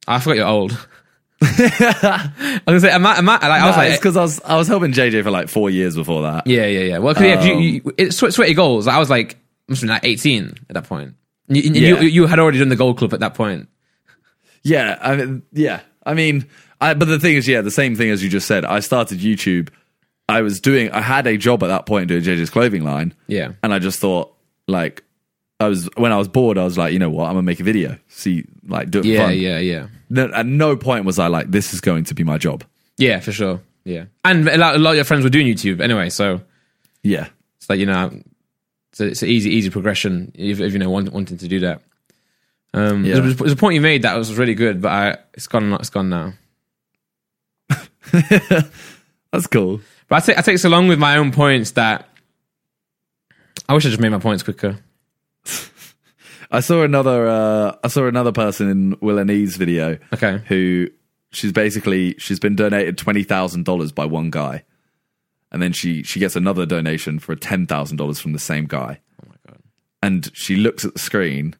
I forgot you're old. I was gonna say, am I, am I, like, I was
Nah,
like, eh.
it's because I was I was helping JJ for like four years before that.
yeah, yeah, yeah. Well, 'cause, yeah, 'cause you,
Um,
you, it's swe- sweaty goals. I was like, must have been like 18 at that point. You, you-
Yeah.
you, you had already done the gold club at that point.
Yeah, I mean, yeah. I mean, I, but the thing is, yeah, the same thing as you just said. I started YouTube. I was doing. I had a job at that point doing JJ's clothing line.
Yeah.
and I just thought, like, I was when I was bored, I was like, you know what, I'm gonna make a video. See, like, do it for
Yeah,
fun.
yeah, yeah.
No, at no point was I like, this is going to be my job.
Yeah, for sure. Yeah. And a lot, a lot of your friends were doing YouTube anyway. So
Yeah,
it's like, you know, it's, a, it's an easy, easy progression if, if you know, want, wanting to do that. Um,
Yeah.
there's, a- there's a point you made that was really good, but I, it's gone, it's gone now.
that's cool.
But I take, I take so long with my own points that I wish I just made my points quicker.
I saw another. Uh, I saw another person in Will and E's video.
Okay.
Who she's basically she's been donated twenty thousand dollars by one guy, and then she she gets another donation for ten thousand dollars from the same guy. Oh my god! And she looks at the screen.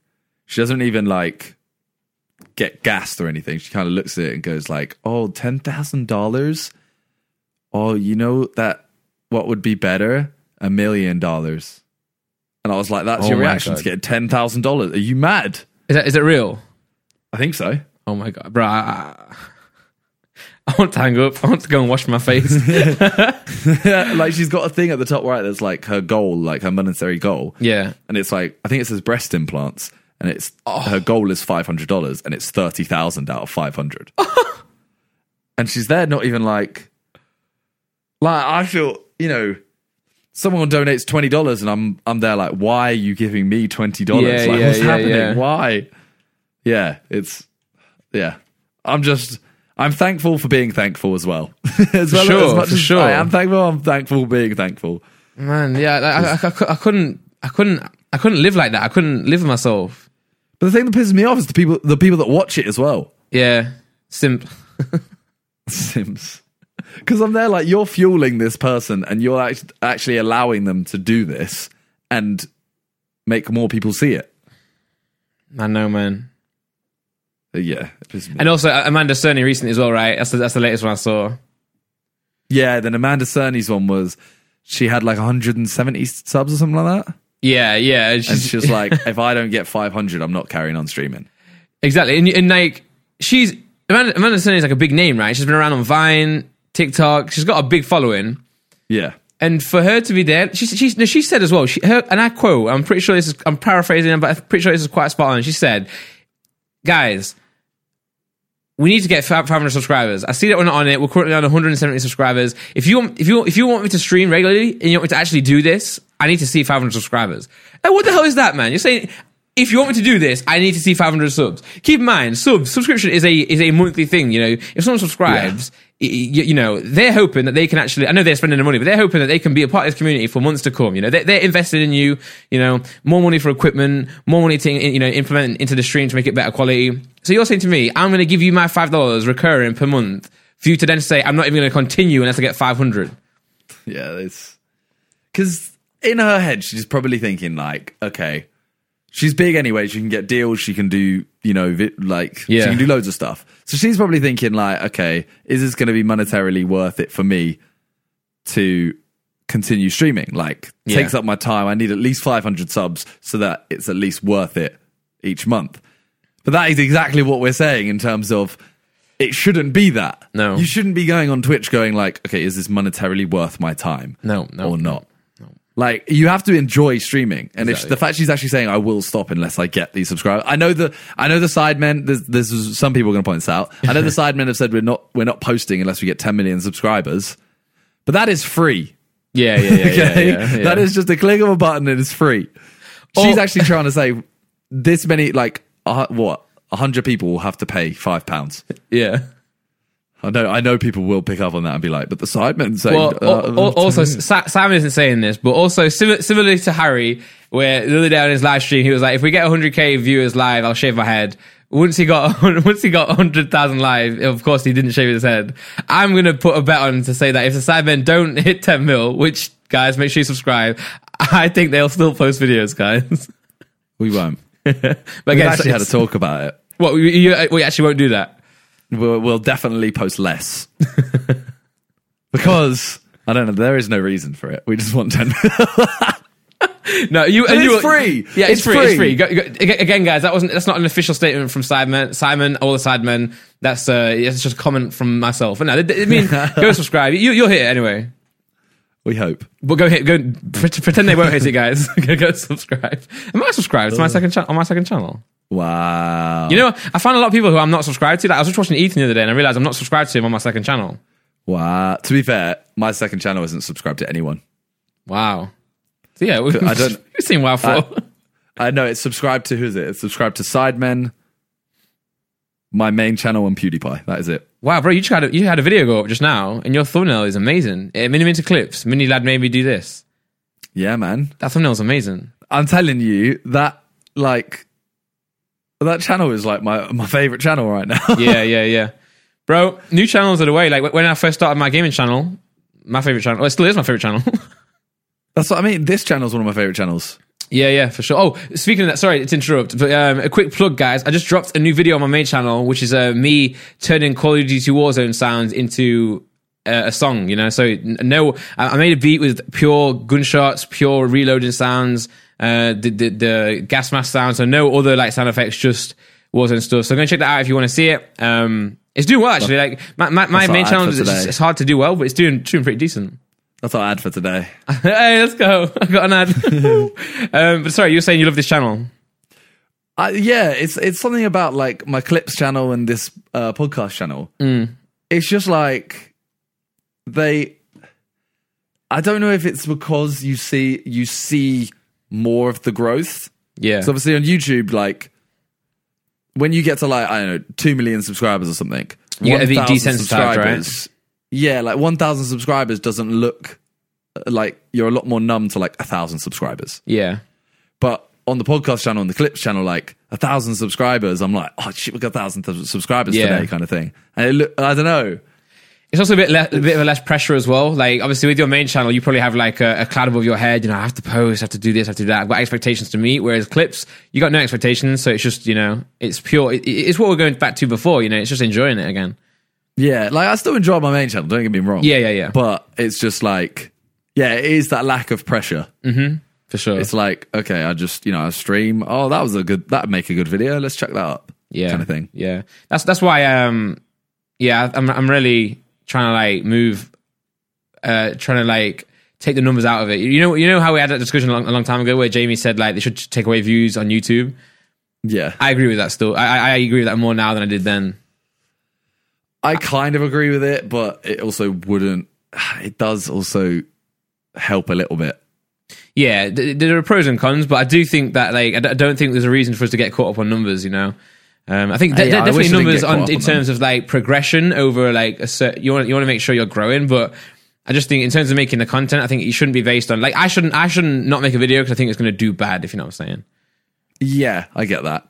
She doesn't even like get gassed or anything. She kind of looks at it and goes like, "Oh, ten thousand dollars. Oh, you know that what would be better? A million dollars." And I was like, "That's
Oh
your
my
reaction
God.
to get ten thousand dollars? Are you mad?"
Is that is it real?
I think so.
Oh my god, bro! I, I, I want to hang up. I want to go and wash my face.
like she's got a thing at the top right that's like her goal, like her monetary goal.
yeah,
And it's like I think it says breast implants and it's
Oh.
her goal is five hundred dollars and it's thirty thousand out of five hundred. and she's there not even like like I feel, you know, someone donates twenty dollars and I'm I'm there like, why are you giving me twenty dollars?
Yeah,
like
yeah,
what's
yeah,
happening?
yeah.
Why? Yeah, it's yeah. I'm just I'm thankful for being thankful as well. as well
sure,
as much
for
as
sure.
I am thankful, I'm thankful being thankful.
man. Yeah, I, I, I, cou- I couldn't. I couldn't. I couldn't live like that. I couldn't live with myself.
But the thing that pisses me off is the people the people that watch it as well.
Yeah, simp.
Sims. Because I'm there, like you're fueling this person, and you're act- actually allowing them to do this and make more people see it.
I know, man.
Uh, Yeah, it pisses me off.
And also uh, Amanda Cerny recently as well, right? That's the, that's the latest one I saw.
yeah. Then Amanda Cerny's one was she had like 170 subs or something like that,
Yeah, yeah. and
and
she's-
she was like, "If I don't get 500, I'm not carrying on streaming."
Exactly, and, and like she's Amanda, Amanda Cerny is like a big name, right? She's been around on Vine, TikTok. She's got a big following,
Yeah,
and for her to be there, she she no, she said as well. She her, and I quote. I'm pretty sure this is. I'm paraphrasing, but I'm pretty sure this is quite spot on. She said, "Guys." We need to get five- 500 subscribers. I see that we're not on it. We're currently on 170 subscribers. If you want, if you if you want me to stream regularly and you want me to actually do this, I need to see 500 subscribers. And what the hell is that, man? You're saying if you want me to do this, I need to see 500 subs. Keep in mind, subs subscription is a is a monthly thing. You know, if someone subscribes, y y- you, know they're hoping that they can actually. I know they're spending the money, but they're hoping that they can be a part of this community for months to come. You know, they're, they're invested in you. You know, more money for equipment, more money to you know implement into the stream to make it better quality. So you're saying to me, I'm going to give you my five dollars recurring per month for you to then say I'm not even going to continue unless I get 500.
yeah. It's because in her head, she's probably thinking like, "Okay, she's big anyway. She can get deals. She can do, you know, vi- like
Yeah.
she can do loads of stuff. So she's probably thinking like, okay, is this going to be monetarily worth it for me to continue streaming? Like,
Yeah.
takes up my time. I need at least 500 subs so that it's at least worth it each month. But that is exactly what we're saying in terms of it shouldn't be that.
No.
You shouldn't be going on Twitch going like, okay, is this monetarily worth my time?
No, no,
Or not. Like you have to enjoy streaming, and if
Exactly.
the fact she's actually saying I will stop unless I get these subscribers, I know the I know the sidemen. There's, there's some people are going to point this out. I know the sidemen have said we're not we're not posting unless we get 10 million subscribers, but that is free.
Yeah, yeah, yeah,
Okay,
yeah, yeah, Oh. yeah.
that is just a click of a button and it's free. She's
Or-
actually trying to say this many like uh, what hundred people will have to pay five pounds.
yeah.
I know I know people will pick up on that and be like, but the sidemen say
Well, oh,
uh,
al- al- also Sa- Sam isn't saying this, but also simi- similarly to Harry, where the other day on his live stream he was like, "If we get 100k viewers live, I'll shave my head." Once he got once he got 100,000 live, of course he didn't shave his head. I'm gonna put a bet on to say that if the Sidemen don't hit 10 mil, which guys make sure you subscribe, I think they'll still post videos, guys.
we won't.
But
We've
again,
actually had a
it's-
talk about it.
what we, you, uh, we actually won't do that.
we'll, we'll definitely post less because I don't know. There is no reason for it. We just want ten.
No, you and
it's
you,
free.
Yeah, it's,
It's
free. It's
free.
free. Go, go, aga- again, guys, that wasn't. That's not an official statement from Simon. Simon, all the Sidemen. That's uh, it's just a comment from myself. But no, I mean, go subscribe. You, you'll hit it anyway.
we hope.
But go hit. Go pre- pretend they won't hit it, guys. go, go subscribe. Am I subscribed to my second cha- on my second channel?
Wow.
You know, I find a lot of people who I'm not subscribed to. Like, I was just watching Ethan the other day, and I realized I'm not subscribed to him on my second channel.
wow. To be fair, my second channel isn't subscribed to anyone.
Wow. So yeah, we've,
I don't-
we've seen wow for.
I know Uh, it's subscribed to who's it? It's subscribed to Sidemen, my main channel, and PewDiePie. That is it.
Wow, bro, you just had a, you had a video go up just now, and your thumbnail is amazing. It made me into clips. Mini lad made me do this.
Yeah, man.
That thumbnail's amazing.
I'm telling you that like But that channel is like my my favorite channel right now.
yeah, yeah, yeah. Bro, new channels are the way. Like wh- when I first started my gaming channel, my favorite channel, well, it still is my favorite channel.
That's what I mean. This channel is one of my favorite channels.
yeah, yeah, for sure. Oh, speaking of that, sorry to interrupt, but um, a quick plug, guys. I just dropped a new video on my main channel, which is uh, me turning Call of Duty Warzone sounds into uh, a song, you know? So, n- no, I I made a beat with pure gunshots, pure reloading sounds, uh, the, the, the gas mask sounds, so no other like sound effects, just Warzone stuff. So, go and check that out if you want to see it. Um, it's doing well, actually. Like, my, my, my
That's
main
our ad
channel,
for
is
today.
it's hard to do well, but it's doing, doing pretty decent.
That's our ad for today.
hey, let's go. I got an ad. um, but sorry, you were saying you love this channel.
I, yeah, it's it's something about like my clips channel and this uh, podcast channel. It's just like they. I don't know if it's because you see you see more of the growth.
Yeah.
So obviously on YouTube, like when you get to like I don't know two million subscribers or something,
You get a bit
1,000
desensitized,
subscribers- Yeah, like one thousand subscribers doesn't look uh, like you're a lot more numb to like a thousand subscribers.
yeah.
But on the podcast channel, on the clips channel, like a thousand subscribers, I'm like, oh shit, we got a thousand th- subscribers
Yeah.
today, kind of thing. And it look, I don't know.
It's also a bit, le- a bit of a less pressure as well. Like, obviously, with your main channel, you probably have like a, a cloud above your head. You know, I have to post, I have to do this, I have to do that. I've got expectations to meet. Whereas clips, you got no expectations. So it's just, you know, it's pure. It, it's what we're going back to before, you know, it's just enjoying it again.
Yeah, like I still enjoy my main channel. Don't get me wrong.
Yeah, yeah, yeah.
But it's just like, yeah, it is that lack of pressure.
For sure.
It's like, okay, I just you know I stream. Oh, that was a good. That would make a good video. Let's check that up.
yeah,
kind of thing.
Yeah, that's that's why. Um, yeah, I'm I'm really trying to like move, uh, trying to like take the numbers out of it. You know, you know how we had that discussion a long, a long time ago where Jamie said like they should just take away views on YouTube.
Yeah,
I agree with that still. I I I agree with that more now than I did then.
I kind of agree with it, but it also wouldn't. It does also help a little bit.
Yeah, th- there are pros and cons, but I do think that like I d- I don't think there's a reason for us to get caught up on numbers. You know, um, I think
Uh, Yeah,
de- de-
I
definitely
wish I didn't
numbers
get caught
on
up
in
on
terms of like progression over like a cer you want you want to make sure you're growing, but I just think in terms of making the content, I think you shouldn't be based on like I shouldn't I shouldn't not make a video because I think it's going to do bad. If you know what I'm saying?
Yeah, I get that.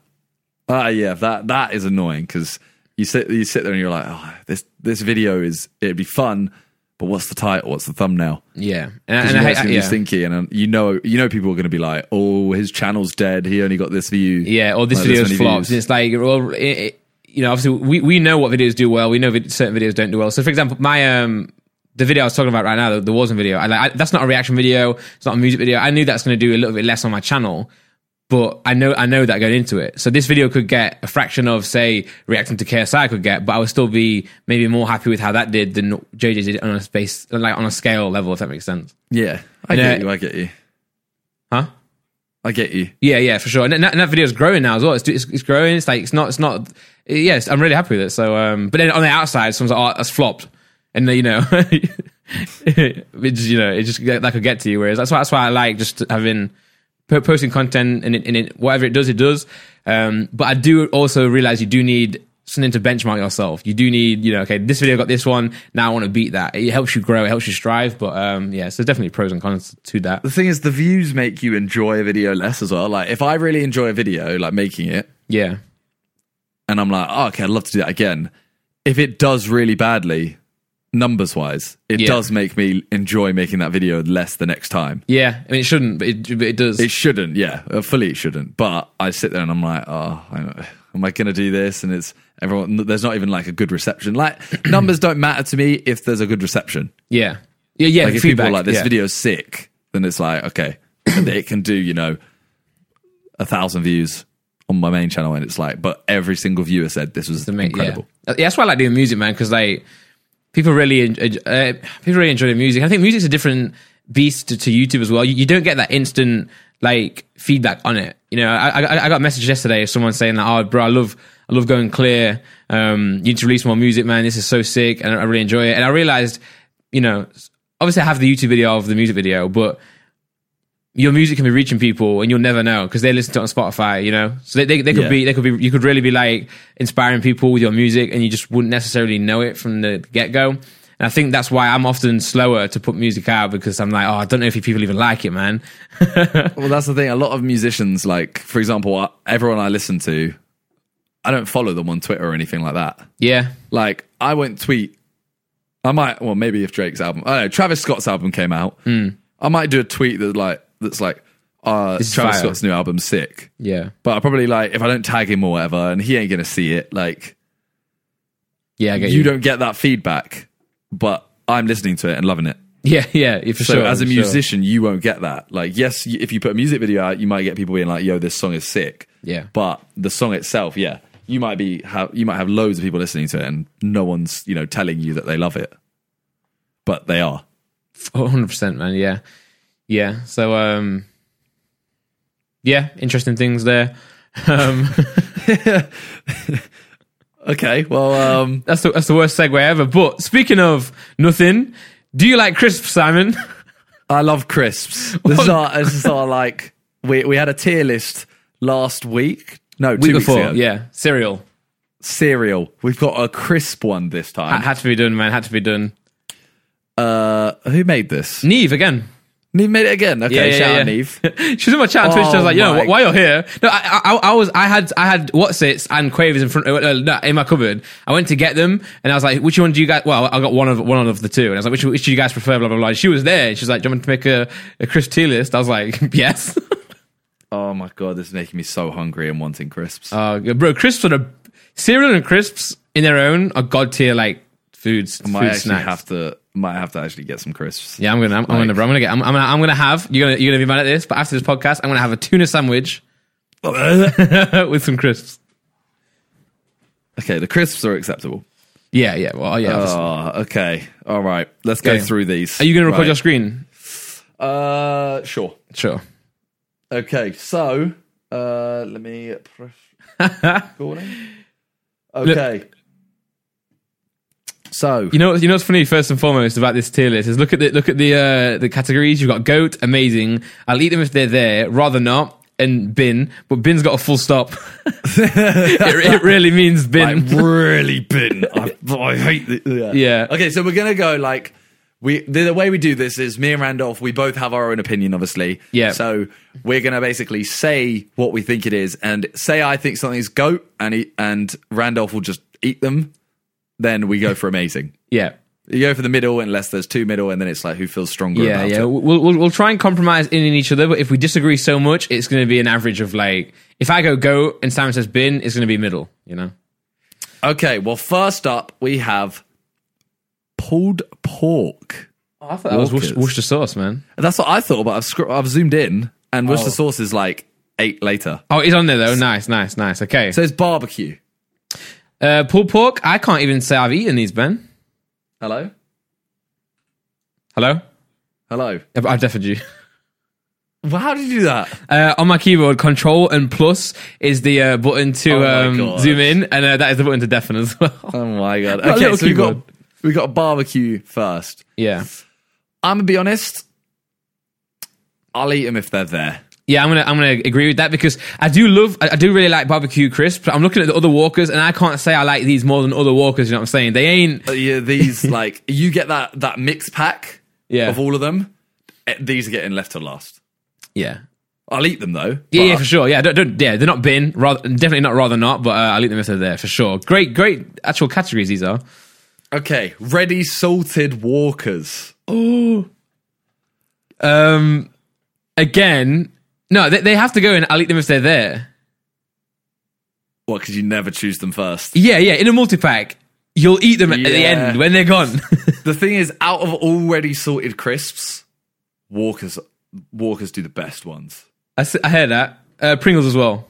Ah, yeah, that that is annoying because you sit you sit there and you're like, oh, this this video is it'd be fun, but what's the title? What's the thumbnail?
Yeah, and,
'Cause
and
you
I
know
hate
it's gonna be
yeah.
stinky, and um, you know you know people are going to be like, oh, his channel's dead. He only got this view.
Yeah, or this
Like, this
video's
many
flops.
views.
And it's like, well, it, it, you know, obviously we, we know what videos do well. We know vid- certain videos don't do well. So, for example, my um, the video I was talking about right now, the, the Warzone video, I, like, I, that's not a reaction video. It's not a music video. I knew that's going to do a little bit less on my channel, but I know I know that going into it. So this video could get a fraction of say reacting to KSI could get, but I would still be maybe more happy with how that did than JJ did on a space like on a scale level, if that makes sense,
Yeah, I
And,
get
uh,
you. I get you.
huh?
I get you.
Yeah, yeah, for sure. And that, and that video's growing now as well. It's, do- it's, it's growing. It's like it's not. It's not. Yes, I'm really happy with it. So, um, but then on the outside, someone's like, "Oh, that's flopped," and then, you know, it just, you know, it just that could get to you. Whereas that's why that's why I like just having po- posting content and it, and it whatever it does, it does. Um, but I do also realize you do need something to benchmark yourself. You do need, you know, okay, this video got this one. Now I want to beat that. It helps you grow. It helps you strive. But um, yeah, so definitely pros and cons to that.
The thing is, the views make you enjoy a video less as well. Like, if I really enjoy a video, like making it,
Yeah,
and I'm like, oh, okay, I'd love to do that again. If it does really badly, numbers wise, it
Yeah.
does make me enjoy making that video less the next time.
yeah. I mean, it shouldn't, but it, but it does.
It shouldn't, yeah, uh, fully it shouldn't. But I sit there and I'm like, oh, I don't- am I going to do this? And it's everyone, there's not even like a good reception. Like, numbers don't matter to me if there's a good reception.
Yeah. Yeah, yeah.
Like, if
feedback.
people are like, this
yeah.
video's sick, then it's like, okay, and it can do, you know, a thousand views on my main channel. And it's like, but every single viewer said this was
Ma- yeah.
incredible.
Uh, Yeah. That's why I like doing music, man, because like people really en- uh, people really enjoy the music. I think music's a different beast to, to YouTube as well. You, you don't get that instant like feedback on it. You know, I, I I got a message yesterday of someone saying that, oh, bro, I love I love going clear. Um, you need to release more music, man. This is so sick, and I really enjoy it. And I realized, you know, obviously I have the YouTube video of the music video, but your music can be reaching people and you'll never know because they listen to it on Spotify, you know? So they, they, they could
Yeah.
be, they could be, you could really be like inspiring people with your music and you just wouldn't necessarily know it from the get go. And I think that's why I'm often slower to put music out because I'm like, oh, I don't know if people even like it, man.
Well, that's the thing. A lot of musicians, like for example, I- everyone I listen to, I don't follow them on Twitter or anything like that.
Yeah.
Like I won't tweet. I might. Well, maybe if Drake's album. I don't know. Travis Scott's album came out.
Hmm.
I might do a tweet that like that's like uh,
is
Travis
fire.
Scott's new album sick.
Yeah.
But I probably like if I don't tag him or whatever, and he ain't gonna see it. Like
Yeah, I get you.
you don't get that feedback, but I'm listening to it and loving it.
yeah, yeah, for
So
sure.
as a
for sure.
musician, you won't get that. Like yes, y- if you put a music video out, you might get people being like, "Yo, this song is sick."
Yeah.
But the song itself, yeah, you might be ha- you might have loads of people listening to it, and no one's you know telling you that they love it, but they are.
100% man yeah yeah so um yeah interesting things there um
Okay, well, um,
that's the, that's the worst segue ever but speaking of nothing do you like crisp simon
I love crisps. This is our this is our like we we had a tier list last week. No, two
week
weeks
before
ago.
yeah cereal
Cereal. We've got a crisp one this
Ha-
time.
had to be done man had to be done
Uh, who made this?
neve again
Neve made it again.
Mm.
Okay,
Yeah, yeah,
shout
yeah.
out Neve.
she was in my chat on Twitch. and I
Oh
was like, "Yo,
my-
wh- while you're here, no, I, I, I was, I had, I had what's it and quavers in front, uh, no, in my cupboard. I went to get them, and I was like, "Which one do you guys?" Well, I got one of one of the two, and I was like, "Which, which do you guys prefer?" Blah blah blah. She was there. and She was like, "Do you want me to make a, a crisp tea list?" I was like, "Yes."
Oh my god, this is making me so hungry and wanting crisps.
Uh, bro, crisps are the cereal and crisps in their own are god tier like foods,
might
food
actually
snacks.
have to might have to actually get some crisps.
yeah, I'm gonna, I'm, I'm gonna, bro, I'm gonna get, I'm, I'm gonna, I'm gonna have. You're gonna, you're gonna be mad at this, but after this podcast, I'm gonna have a tuna sandwich with some crisps.
okay, the crisps are acceptable.
Yeah, yeah, well, yeah. obviously.
Oh, okay. All right. Let's go
Yeah.
through these.
Are you going to record your screen?
Right. Uh sure.
Sure.
Okay, so uh let me press recording. Okay. so
You know, you know what's funny first and foremost about this tier list is look at the look at the uh, the categories. You've got goat, amazing. I'll eat them if they're there, rather not, and bin. But bin's got a full stop. it, it really means
I
bin.
really been. I, I hate the,
Yeah.
Okay, so we're gonna go like we the, the way we do this is me and Randolph. We both have our own opinion, obviously.
Yeah.
So we're gonna basically say what we think it is, and say I think something's goat, and he, and Randolph will just eat them. Then we go for amazing.
yeah.
You go for the middle, unless there's two middle, and then it's like who feels stronger.
Yeah,
about
yeah.
it.
We'll, we'll we'll try and compromise in, in each other, but if we disagree so much, it's going to be an average of like if I go goat and Simon says bin, it's going to be middle. You know.
Okay. Well, first up we have pulled pork.
I thought that was Worcester,
Walkers.
Worcester sauce, man.
That's what I thought, but I've scro- I've zoomed in, and Worcester sauce is like eight later.
Oh, it's on there though. Nice, nice, nice. Okay.
So it's barbecue.
Uh, pulled pork. I can't even say I've eaten these, Ben.
Hello.
Hello.
Hello.
I've, I've deafened you.
Well, how did you do that?
Uh, on my keyboard, Control and Plus is the uh, button to
Oh my
um,
gosh.
zoom in, and uh, that is the button to deafen as well.
Oh my god.
Got a
Okay,
little
so we got
keyboard.
we got barbecue first.
yeah,
I'm gonna be honest. I'll eat them if they're there.
yeah. I'm gonna I'm gonna agree with that because I do love I, I do really like barbecue crisps. I'm looking at the other Walkers, and I can't say I like these more than other Walkers. You know what I'm saying? They ain't.
Uh, Yeah, these like you get that that mix pack
Yeah.
of all of them. eh, These are getting left to last.
Yeah.
I'll eat them though.
Yeah, yeah,
but
for sure. Yeah, don't, don't, yeah, they're not bin, rather, definitely not rather not, but uh, I'll eat them if they're there, for sure. Great, great actual categories these are.
Okay, ready salted walkers.
Um, again, no, they, they have to go in, I'll eat them if they're there.
What? Because you never choose them first.
Yeah, yeah. In a multi pack, you'll eat them at the
Yeah.
end when they're gone.
The thing is, out of already salted crisps, walkers walkers do the best ones.
I, s- I heard that. Uh, Pringles as well.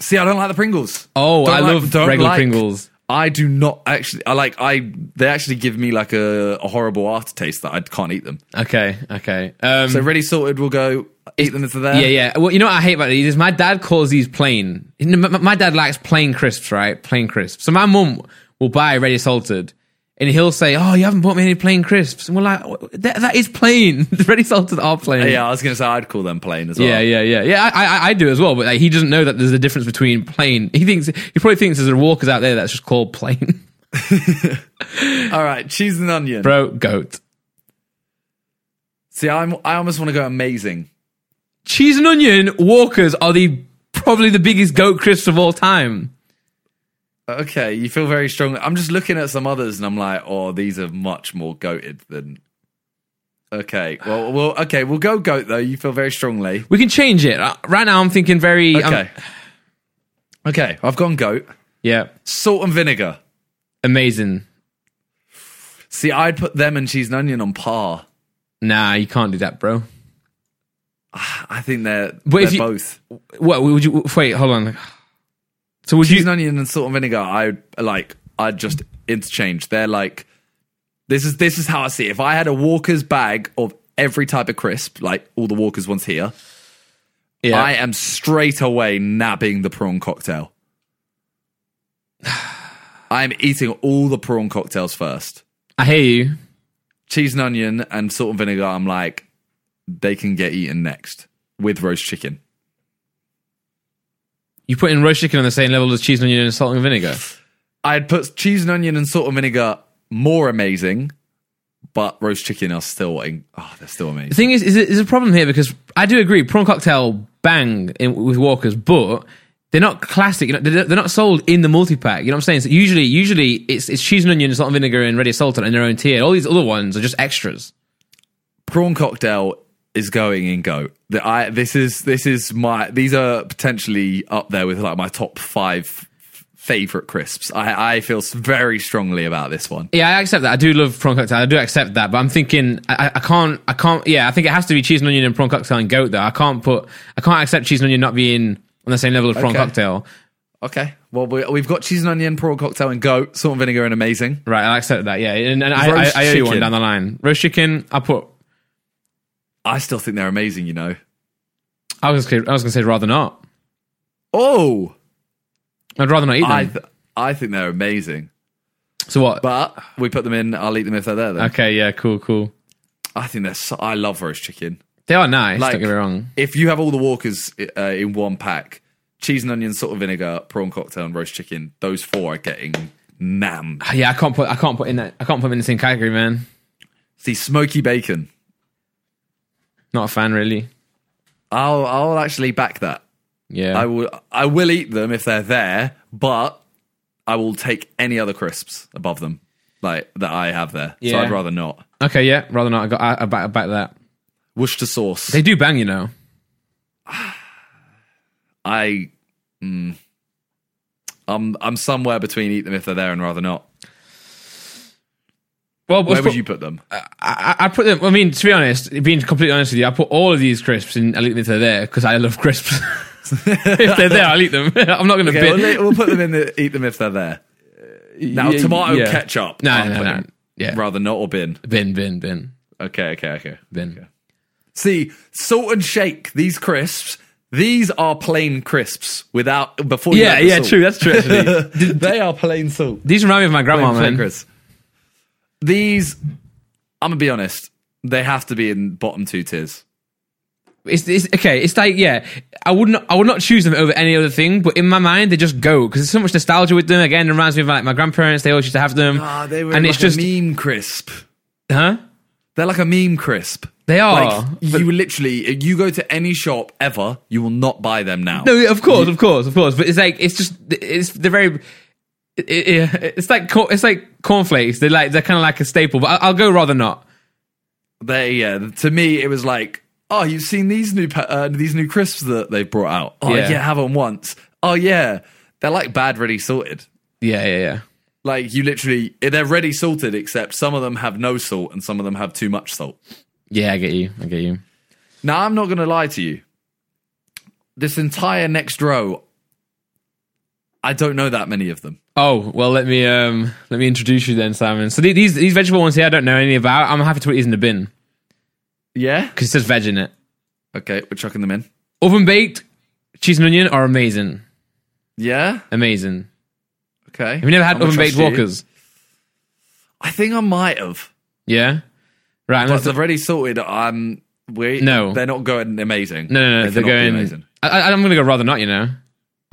See, I don't like the Pringles.
Oh,
Don't
I
like-
love
don't
regular
like-
Pringles.
I do not actually. I like. I they actually give me like a, a horrible aftertaste that I can't eat them.
Okay, okay. Um,
So ready sorted, we'll go eat them into there.
yeah, yeah. Well, you know what I hate about these is my dad calls these plain. You know, My, my dad likes plain crisps, right? Plain crisps. So my mum will buy ready salted. And he'll say, "Oh, you haven't bought me any plain crisps." And we're like, "Wh- "That, that is plain. ready salted are plain."
Yeah, I was gonna say I'd call them plain as well.
Yeah, yeah, yeah, yeah. I, I, I do as well, but like, he doesn't know that there's a difference between plain. He thinks he probably thinks there's a walkers out there that's just called plain,
All right, cheese and onion.
bro. Goat,
See, I'm I almost want to go amazing.
cheese and onion walkers are the probably the biggest goat crisps of all time.
Okay, you feel very strongly. I'm just looking at some others, and I'm like, oh, these are much more goated than. Okay, well, well, okay, we'll go goat though. You feel very strongly.
We can change it. Uh, Right now, I'm thinking very. um, I'm-
Okay, okay, I've gone goat.
yeah.
Salt and vinegar.
Amazing.
See, I'd put them and cheese and onion on par.
Nah, you can't do that, bro.
I think they're,
But
they're
if you-
both
What would you wait? Hold on. So would
cheese
you?
and onion and salt and vinegar. I like. I'd just interchange. They're like. This is this is how I see. It. If I had a Walker's bag of every type of crisp, like all the Walkers ones here,
yeah.
I am straight away nabbing the prawn cocktail. I'm eating all the prawn cocktails first.
I hear you.
Cheese and onion and salt and vinegar, I'm like, they can get eaten next with roast chicken.
You put in roast chicken on the same level as cheese and onion and salt and vinegar.
I'd put cheese and onion and salt and vinegar more amazing, but roast chicken are still, in- oh, they're still
The
amazing.
thing is, is it- is a problem here because I do agree prawn cocktail bang in, with Walkers, but they're not classic. You know, they're, they're not sold in the multi pack. You know what I'm saying? So usually, usually it's it's cheese and onion, salt and vinegar, and ready salted in their own tier. All these other ones are just extras.
Prawn cocktail is going in goat. The, I, this is, this is my, these are potentially up there with like my top five favorite crisps. I, I feel s- very strongly about this one.
Yeah, I accept that. I do love prawn cocktail. I do accept that, but I'm thinking I, I- I can't. I can't. Yeah, I think it has to be cheese and onion and prawn cocktail and goat. Though I can't put. I can't accept cheese and onion not being on the same level as prawn
Okay.
cocktail.
Okay. Well, we, we've got cheese and onion, prawn cocktail, and goat, salt and vinegar, and amazing.
Right, I accept that. Yeah, and, and I, I,
Roast
I owe you one
chicken.
down the line. Roast chicken. I put.
I still think they're amazing, you know.
I was. gonna- I was going to say rather not.
Oh,
I'd rather not eat them.
I, th- I think they're amazing.
so what?
But we put them in. I'll eat them if they're there. Then
okay, yeah, cool, cool.
I think they're. So, I love roast chicken.
They are nice.
Like-
don't get me wrong.
If you have all the Walkers uh, in one pack, cheese and onion, salt and vinegar, prawn cocktail, and roast chicken, those four are getting nam.
Yeah, I can't put. I can't put in that. I can't put them in the same category, man.
See, smoky bacon.
Not a fan, really.
I'll I'll actually back that.
Yeah,
I will I will eat them if they're there, but I will take any other crisps above them, like that I have there. So
Yeah.
I'd rather not.
Okay, yeah, rather not. I got. I, I back, I back that.
Worcester sauce.
They do bang, you know.
I, mm, I'm I'm somewhere between eat them if they're there and rather not.
Well,
Where would you put them?
I, I I put them. I mean, to be honest, being completely honest with you, I put all of these crisps in. I'll eat them if they're there because I love crisps. if they're there, I'll eat them. I'm not going to
Okay, we'll,
bid.
li- we'll put them in the eat them if they're there. Now
yeah,
tomato
yeah.
ketchup.
No,
I'm
no, no, no.
putting
Yeah,
Rather not or bin.
bin, bin, bin,
Okay, okay, okay.
bin.
See, salt and shake these crisps. These are plain crisps without before. you
Yeah,
add the
yeah,
salt.
true. That's true. Actually,
they are plain salt.
these remind me of my grandma, man.
Crisps. These, I'm gonna be honest. They have to be in bottom two tiers.
It's, it's okay. It's like yeah, I would not I would not choose them over any other thing, but in my mind they just go because there's so much nostalgia with them. Again, it reminds me of like my grandparents. They always used to have them,
Ah, they were
and
like
it's just
a meme crisp.
huh? They
They're like a meme crisp.
are.
Like you literally, if you go to any shop ever, you will not buy them now.
No, of course, of course, of course. But it's like it's just it's the very. It, it, it's like cor- it's like cornflakes. They're like they're kind of like a staple, but I, I'll go rather not.
They, yeah. To me, it was like, oh, you've seen these new pa- uh, these new crisps that they've brought out. Oh
Yeah.
yeah, have them once. Oh yeah, they're like bad ready salted.
Yeah, yeah, yeah.
Like you literally, eh, they're ready salted, except some of them have no salt and some of them have too much salt.
Yeah, I get you. I get you.
Now I'm not gonna lie to you. This entire next row, I don't know that many of them.
Oh well, let me um let me introduce you then, Simon. So the- these these vegetable ones here, I don't know any about. I'm happy to put these in the bin
Yeah.
because it says veg in it.
Okay, we're chucking them in.
Oven baked cheese and onion are amazing,
Yeah.
amazing.
Okay.
Have you never had oven baked
walkers?
Walkers?
I think I might have.
Yeah, right. I'm gonna
But they've already sorted. I'm. We
No.
they're not going amazing.
No, no, no.
They
They're
cannot be
going. I, I, I'm going to go rather not. You know,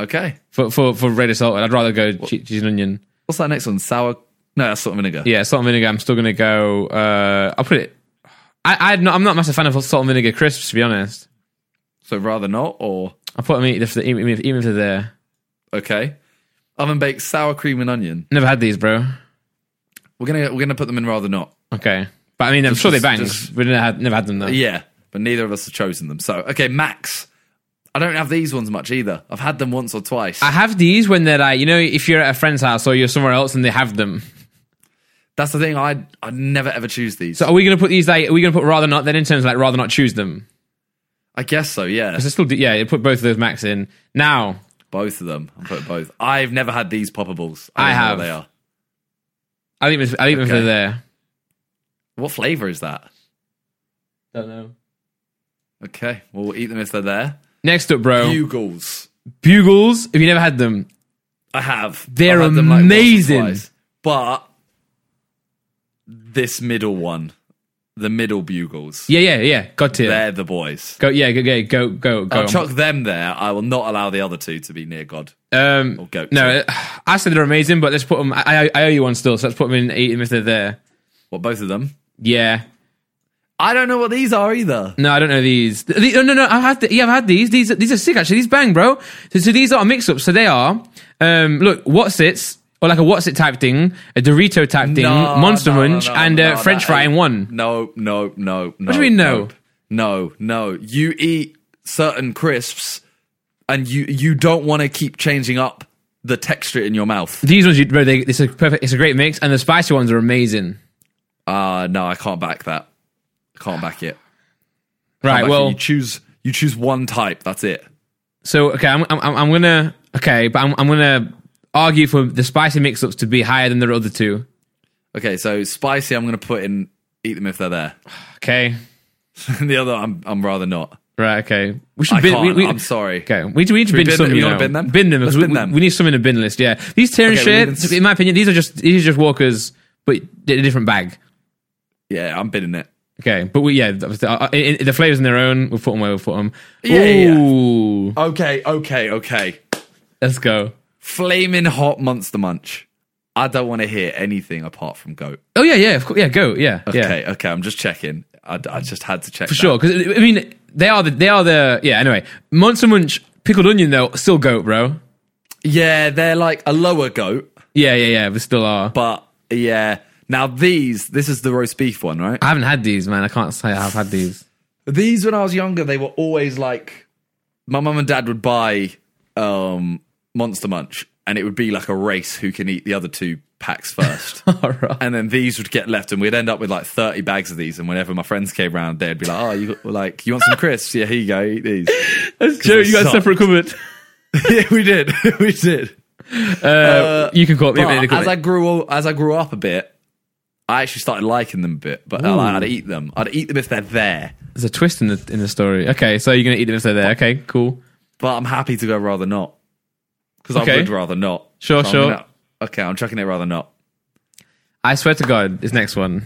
Okay,
for for for red assaulted, I'd rather go che- cheese and onion.
what's that next one? Sour? No, that's salt and vinegar.
Yeah, salt and vinegar. I'm still going to go. Uh, I'll put it. I, I'd not, I'm not a massive fan of salt and vinegar crisps, to be honest.
So rather not, or
I'll put them even if, they- even if, even if they're there.
okay. Oven baked sour cream and onion.
Never had these, bro.
We're gonna we're gonna put them in rather not.
Okay, but I mean, I'm
Just-
sure they
just-
bang.
just-
we never had, never had them though.
Yeah, but neither of us have chosen them. So okay, Max. I don't have these ones much either. I've had them once or twice.
I have these when they're like, you know, if you're at a friend's house or you're somewhere else and they have them.
That's the thing. I I never ever choose these.
So are we gonna put these like? Are we gonna put rather not? Then in terms of like rather not choose them.
I guess so. Yeah,
So still, do- yeah, you put both of those max in. Now
both of them. I'm putting both. I've never had these poppables.
I
don't know what
have.
They are.
I leave them. I leave them for
Okay.
there.
What flavor is that?
Don't know.
Okay, well we'll eat them if they're there.
Next up, bro.
Bugles.
Bugles. Have you never had them?
I have.
They're
I've had them, like, once or
amazing.
twice. but this middle one, the middle bugles,
Yeah, yeah, yeah. Um, Got tier.
they're the boys.
Go. Yeah, go, go, go, go. go.
I'll chuck them there. I will not allow the other two to be near God.
um,
Or goat.
no, I said they're amazing, but let's put them. I, I, I owe you one still, so let's put them in. Eat them if they're there.
What, both of them?
Yeah.
I don't know what these are either.
No, I don't know these. Th- the- oh, no, no, I've had the, yeah, I've had these. These these are sick actually. These bang, bro. So, so these are mix ups. So they are um look, what's it's or like a what's it type thing, a Dorito type thing,
No,
Monster
no, no,
Munch,
no,
and
no,
uh,
that
French fry in
ain't-
one.
No, no, no, no.
do
What
you mean no?
No, no. You eat certain crisps and you you don't want to keep changing up the texture in your mouth.
These ones, you, bro, they, it's a perfect, it's a great mix, and the spicy ones are amazing.
Uh no, I can't back that. Can't back it. Can't
Right,
back it.
well,
you choose you choose one type, that's it.
so okay, I'm, I'm I'm gonna okay, but I'm I'm gonna argue for the spicy mix ups to be higher than the other two.
Okay, so spicy I'm gonna put in eat them if they're there.
Okay,
the other I'm I'm rather not.
right, okay, we should
I
bin,
can't,
we, we,
I'm sorry.
Okay, we, we need to bin,
bin
some.
them?
You
You wanna
know,
bin them?
Bin them.
Let's
we,
bin
we-
them.
we need some in a bin list. Yeah, these Terran
Okay, we
shit.
need to-
in my opinion, these are just these are just walkers, but in a different bag.
Yeah, I'm bidding it.
Okay, but we yeah, that was the, uh, in, in- the flavors on their own. We'll put them where we'll put them.
Yeah, yeah, yeah.
Ooh,
Okay, okay, okay.
let's go.
Flaming hot monster munch. I don't want to hear anything apart from goat.
Oh yeah, yeah, of course, yeah, go, yeah, yeah,
Okay, okay. I'm just checking. I, I just had to check
for sure. Because I mean, they are the they are the yeah. Anyway, Monster Munch pickled onion though still goat, bro.
Yeah, they're like a lower goat,
Yeah, yeah, yeah. They still are.
but yeah. Now these, this is the roast beef one, right?
I haven't had these, man. I can't say I've had these.
These, when I was younger, they were always like my mum and dad would buy um Monster Munch, and it would be like a race who can eat the other two packs first.
All right.
and then these would get left, and we'd end up with like thirty bags of these. And whenever my friends came round, they'd be like, "Oh, you got, like you want some crisps? Yeah, here you go, eat these."
That's Joe. You got a
suck.
separate cupboard.
yeah, we did, we did.
Uh, you can call it.
But
yeah, they call
as
it-
I grew as I grew up a bit, I actually started liking them a bit. But uh, like, I'd eat them. I'd eat them if they're there.
There's a twist in the in the story. Okay, so you're gonna eat them if they're there. Okay, cool.
But I'm happy to go rather not because
Okay.
I would rather not.
Sure,
So I'm
sure.
gonna- okay, I'm chucking it rather not.
I swear to God, this next one.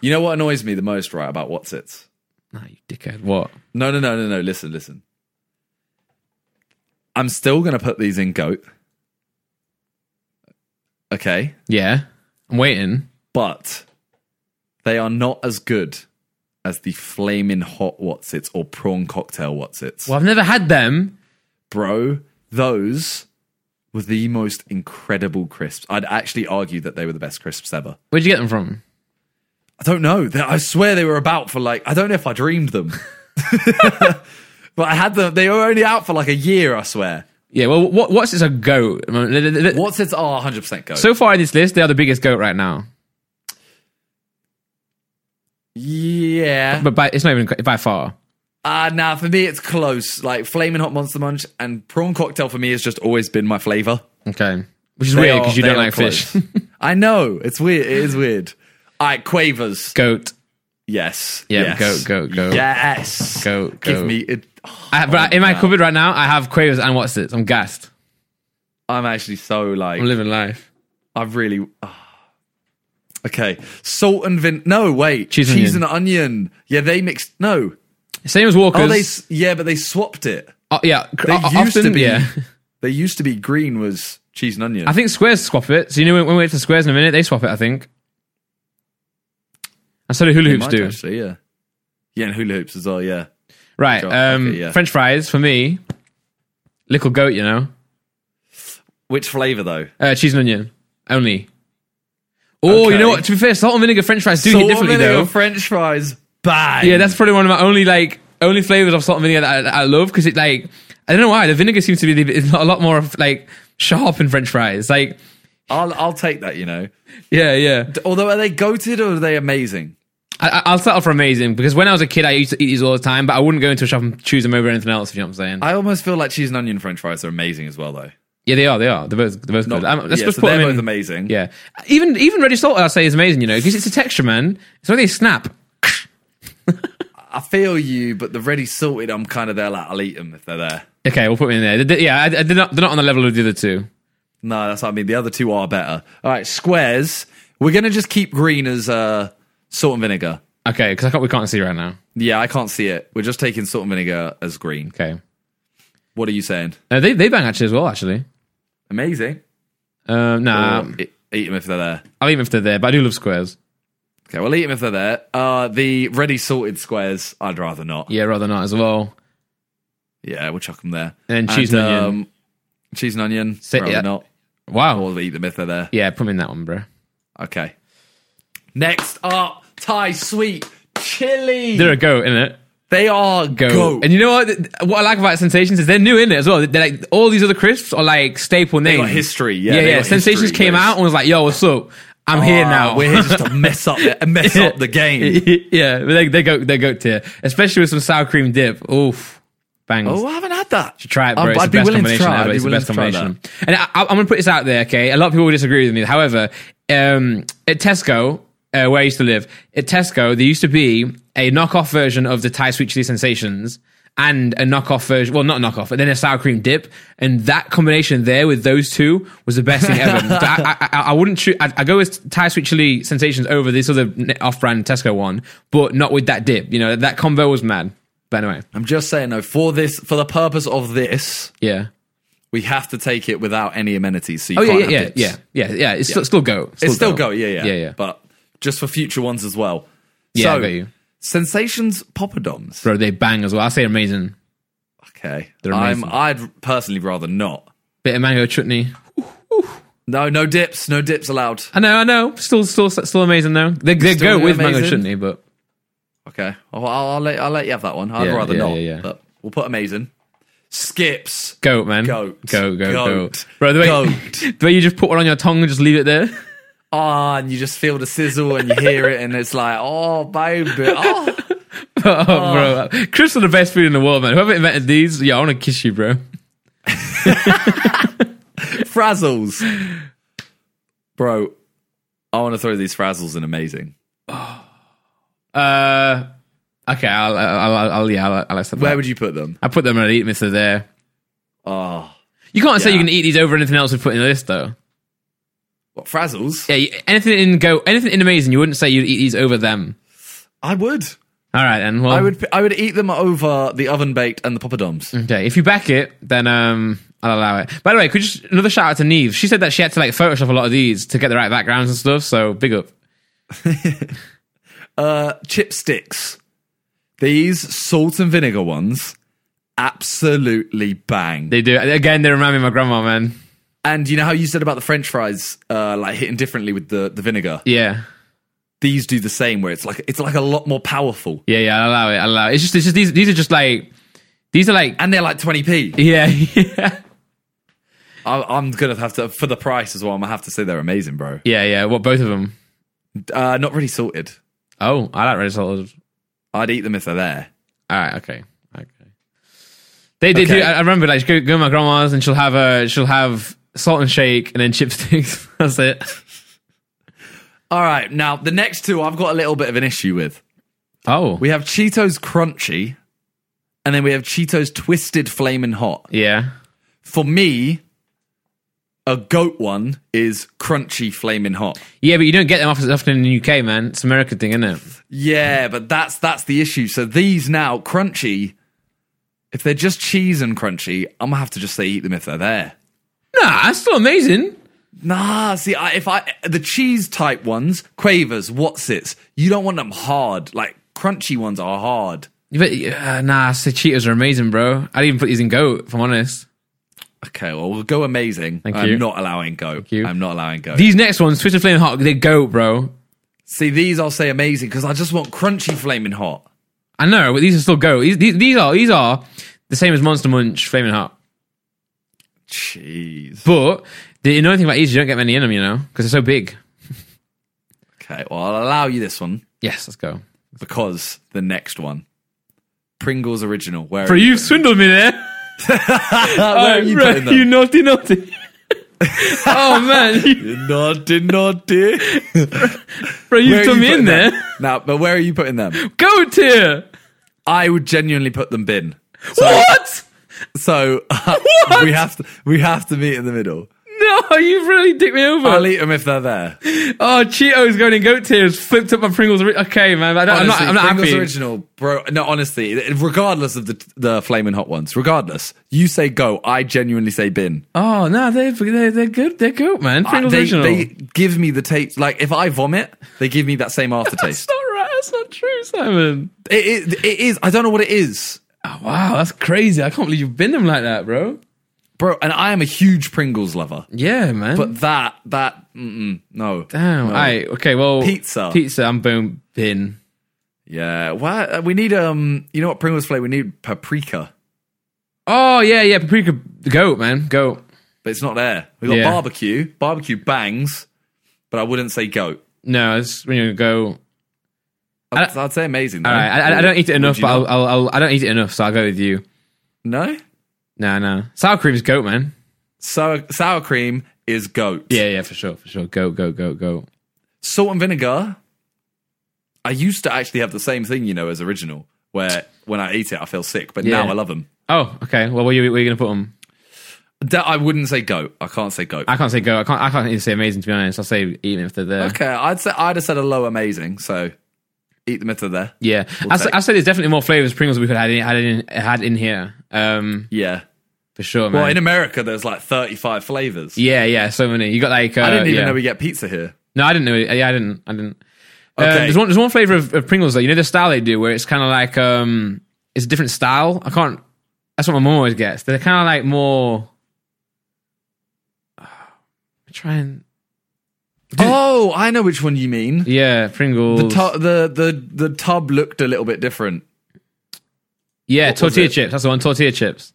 You know what annoys me the most, right? About what's it?
Nah, you dickhead. What?
No, no, no, no, no. Listen, listen. I'm still gonna put these in goat. Okay,
Yeah, I'm waiting.
but they are not as good as the flaming hot what's it or prawn cocktail what's it.
Well, I've never had them.
bro, those were the most incredible crisps. I'd actually argue that they were the best crisps ever.
Where'd you get them from?
I don't know. They- I swear they were about for like, I don't know if I dreamed them. but I had them, they were only out for like a year, I swear.
Yeah. Well, what what's it's a goat? I mean, th- th- th-
What's Oh, its R 100% go?
So far in this list, they are the biggest goat right now.
yeah.
But by, it's not even by far.
Ah, now for me, it's close. Like Flaming Hot Monster Munch and Prawn Cocktail for me has just always been my flavor.
Okay, which is
They
weird
are-
because you
they
don't
are
like
close.
fish.
I know. It's weird. It is weird. All right, Quavers.
goat.
Yes.
Yeah,
yes.
go, go, go.
Yes.
Go, go.
Give me it.
I, but
Oh,
in my
wow.
cupboard right now, I have quavers and what's it? I'm gassed.
I'm actually so
I'm
like,
living life.
I've really. ah. Okay. Salt and vin. No, wait.
Cheese and
and onion. Yeah, they mixed. No.
Same as Walker's.
Oh, they. s- Yeah, but they swapped it.
Oh, yeah, cr-
They
o-
used
often,
to be.
Yeah.
They used to be green was cheese and onion.
I think Squares swap it. So you know when, when we wait for Squares in a minute, they swap it. I think. And so do hula
They
hoops
might
do.
Actually, yeah. Yeah, and hula hoops as well. Yeah.
Right.
Sure,
Um,
okay, yeah.
French fries for me. Little goat, you know.
Which flavor though?
Uh, cheese and onion only. Oh, you
Okay.
know what? To be fair, salt and vinegar French fries do
Salt
hit differently
vinegar
though.
French fries. Bang.
yeah, that's probably one of my only like only flavors of salt and vinegar that I, I love because it like I don't know why the vinegar seems to be the- it's a lot more of, like sharp in French fries. Like
I'll I'll take that. You know.
yeah, yeah.
Although are they goated or are they amazing?
I- I, I'll settle for amazing because when I was a kid, I used to eat these all the time, but I wouldn't go into a shop and choose them over anything else. If you know what I'm saying?
I almost feel like cheese and onion French fries are amazing as well though.
yeah, they are. They are. They're both. They're both good. I'm, let's
yeah,
just
so
put
they're
them
both
in.
amazing.
Yeah, even even ready salt, I'll say is amazing. You know, because it's a texture, man. It's when they snap.
I feel you, but the ready salted, I'm kind of there. Like I'll eat them if they're there.
Okay, we'll put them in there. They- they- Yeah, I, I, they're not they're not on the level of the other two.
No, that's what I mean. The other two are better. All right, squares. We're gonna just keep green as uh, salt and vinegar.
Okay, because I can't, we can't see right now.
Yeah, I can't see it. We're just taking salt and vinegar as green.
Okay,
What are you saying?
uh, they they bang actually as well. Actually,
Amazing.
um, nah,
Or e- eat them if they're there.
I'll eat them if they're there. But I do love squares.
Okay, we'll eat them if they're there. Uh, the ready salted squares, I'd rather not. Yeah,
Yeah, rather not as well.
we'll chuck them there. um,
And then cheese and onion.
Cheese and onion, rather
yeah.
not.
Wow.
We'll eat them if they're there.
Yeah, put 'em in that one, bro.
Okay. Next up, Thai sweet chili.
They're a goat, innit?
They are
Go.
goat.
And you know what? Th- What I like about Sensations is they're new in it as well. They're like all these other crisps are like staple names.
got history, yeah,
yeah.
they got
Sensations
history,
came
whereas-
out and was like, "Yo, what's up? I'm here
Ah,
now."
We're here just to mess up the, mess up the game.
yeah, but they they go they go tier, especially with some sour cream dip. Oof, bangs.
Oh, I haven't had that.
Should try it, bro.
Um,
it's
I'd
the
be
best
willing to
combination
try. I'd
ever.
be
It's the
willing
best
to try that.
combination. And I, I, I'm going to put this out there, okay? A lot of people will disagree with me. However, um, at Tesco, uh, where I used to live, at Tesco, there used to be a knockoff version of the Thai sweet chili sensations and a knockoff version. Well, not knockoff, but then a sour cream dip. And that combination there with those two was the best thing ever. So I, I, I, I wouldn't. Cho- I, I go with Thai sweet chili sensations over this other off-brand Tesco one, but not with that dip. You know, that combo was mad. But anyway,
I'm just saying though, for this, for the purpose of this,
yeah.
we have to take it without any amenities. So you
Oh yeah,
can't
yeah, yeah,
have dips.
yeah, yeah, yeah. It's Still, still go.
It's still go. Yeah, yeah,
yeah, yeah.
But just for future ones as well.
Yeah, I
so,
got you.
Sensations poppadoms.
Bro, they bang as well. I say amazing.
Okay,
They're
I'm.
amazing.
I'd personally rather not.
Bit of mango chutney.
No, no dips. No dips allowed.
I know, I know. Still, still, still amazing though. They, they
Still
go with mango
amazing.
chutney, but
Okay, I'll, I'll, I'll let I'll let you have that one. I'd
Yeah,
rather
yeah,
not.
yeah, yeah.
But we'll put amazing. Skips.
goat, man,
Goat.
go, go,
Goat.
goat. Bro, the way
Goat.
the way you just put one on your tongue and just leave it there.
Ah, and you just feel the sizzle and you hear it, and it's like, oh, baby, oh.
oh, bro, crisps are the best food in the world, man. Whoever invented these, yeah, I want to kiss you, bro.
frazzles. Bro, I want to throw these frazzles in amazing.
Uh, okay, I'll, I'll, I'll, I'll yeah, I'll, I'll accept
Where
that.
would you put them?
I put them and I eat them if they're there.
Ah,
You can't say
Yeah.
you can eat these over anything else we put in the list, though.
what frazzles?
Yeah, you- anything in go, anything in amazing, you wouldn't say you'd eat these over them.
I would.
All right, then. Well,
I would. I would eat them over the oven baked and the poppadoms.
Okay, if you back it, then um, I'll allow it. By the way, could you just, another shout out to Neve? She said that she had to like Photoshop a lot of these to get the right backgrounds and stuff. So big up.
Uh, chipsticks. These salt and vinegar ones, absolutely bang.
They do again. They remind me of my grandma, man.
And you know how you said about the French fries, uh, like hitting differently with the, the vinegar.
Yeah,
These do the same, where it's like it's like a lot more powerful,
yeah, yeah. I'll allow it. I'll allow it. It's just, it's just these. These are just like these are like
and they're like twenty p.
yeah, yeah,
I'm gonna have to for the price as well. I'm gonna have to say they're amazing, bro.
yeah, yeah. What both of them?
Uh, not really salted.
Oh, I like red salted.
I'd eat them if they're there.
All right, Ah, okay, okay. They did.
Okay.
I I remember, like, go, go to my grandma's, and she'll have a she'll have salt and shake, and then chipsticks. That's it.
All right, now the next two I've got a little bit of an issue with.
Oh,
We have Cheetos Crunchy, and then we have Cheetos Twisted Flamin' Hot.
yeah.
For me, a goat one is Crunchy Flamin' Hot.
Yeah, but you don't get them often, often in the UK, man. It's an American thing, isn't it?
Yeah, but that's that's the issue. So these now crunchy. If they're just cheese and crunchy, I'm gonna have to just say eat them if they're there.
Nah, that's still amazing.
Nah, see, I, if I the cheese type ones, quavers, whatsits, you don't want them hard. Like crunchy ones are hard.
But uh, nah, the cheetahs are amazing, bro. I'd even put these in goat, if I'm honest.
Okay, well, we'll go amazing.
Thank
I'm
you.
not allowing go.
you.
I'm not allowing go.
These next ones, Twisted Flame Hot, they go, bro.
See, these I'll say amazing because I just want crunchy flaming hot.
I know, but these are still go. These, these, these are these are the same as Monster Munch, Flaming Hot.
Jeez.
But the annoying thing about these, is you don't get many in them, you know, because they're so big.
Okay, well, I'll allow you this one
Yes, let's go.
because the next one Pringles Original. Where,
Bro, you've swindled me there.
where are you
Bro,
putting them?
uh, you naughty, naughty. oh man, you,
naughty, naughty.
bro,
Where
you've
are
done
you
me in
putting
there.
them? Now, but where are you putting them?
Go tier.
I would genuinely put them bin. So,
What?
So we have to we have to meet in the middle.
No, you've really dicked me over.
I'll eat them if they're there.
Oh, Cheetos going in goat tears, flipped up my Pringles. ori- Okay, man, I don't, I'm not,
Honestly,
I'm not
Pringles
happy.
original, bro. No, honestly, regardless of the the flaming hot ones, regardless, you say go. I genuinely say bin.
Oh no, they they they're good. They're goat, man.
I-
Pringles
Ah, they,
original.
they give me the taste. Like if I vomit, they give me that same
That's
aftertaste.
not right. That's not true, Simon.
it, it, it is. I don't know what it is,
Oh, wow, that's crazy. I can't believe you've been them like that, bro.
bro. And I am a huge Pringles lover,
Yeah, man.
but that that mm-mm, no.
Damn.
No.
All right. Okay. Well,
Pizza.
Pizza. I'm boom bin.
Yeah. Why we need um. You know what Pringles flavor? We need paprika,
Oh yeah, yeah. Paprika. Goat, man. Goat.
but it's not there. We got
Yeah.
barbecue. Barbecue bangs, but I wouldn't say goat.
No, it's when you go. I-
I'd, I'd say amazing.
All right. I, I don't eat it enough,
you
but I'll,
not?
I'll, I'll I don't eat it enough, so I'll go with you.
No.
No, no. Sour cream's goat, man.
Sour, sour cream is goat.
Yeah, yeah, for sure, for sure. Goat, goat, goat, goat.
Salt and vinegar. I used to actually have the same thing, you know, as original, where when I eat it, I feel sick, but
Yeah.
now I love them.
Oh, okay. Well, where you, where you gonna put them?
I wouldn't say goat. I can't say goat.
I can't say go. I can't. I can't even say amazing. To be honest, I'll say eat them if they're there.
okay, I'd say I'd have said a low amazing. So eat them if they're there.
Yeah, I, s-
take-
I said there's definitely more flavors Pringles we could had in, had in had in here. Um,
Yeah.
for sure, man.
Well, in America, there's like 35 flavors.
yeah, yeah, so many. You got like uh,
I didn't even
yeah.
know we get pizza here.
No, I didn't know. it. Yeah, I didn't. I didn't. Um,
Okay.
there's one. There's one flavor of, of Pringles though. You know the style they do, where it's kind of like um, it's a different style. I can't. That's what my mom always gets. They're kind of like more. Try and
Oh, I know which one you mean.
yeah, Pringles.
The, tu- the the the tub looked a little bit different.
yeah,
was
tortilla
it?
chips. That's the one. Tortilla chips.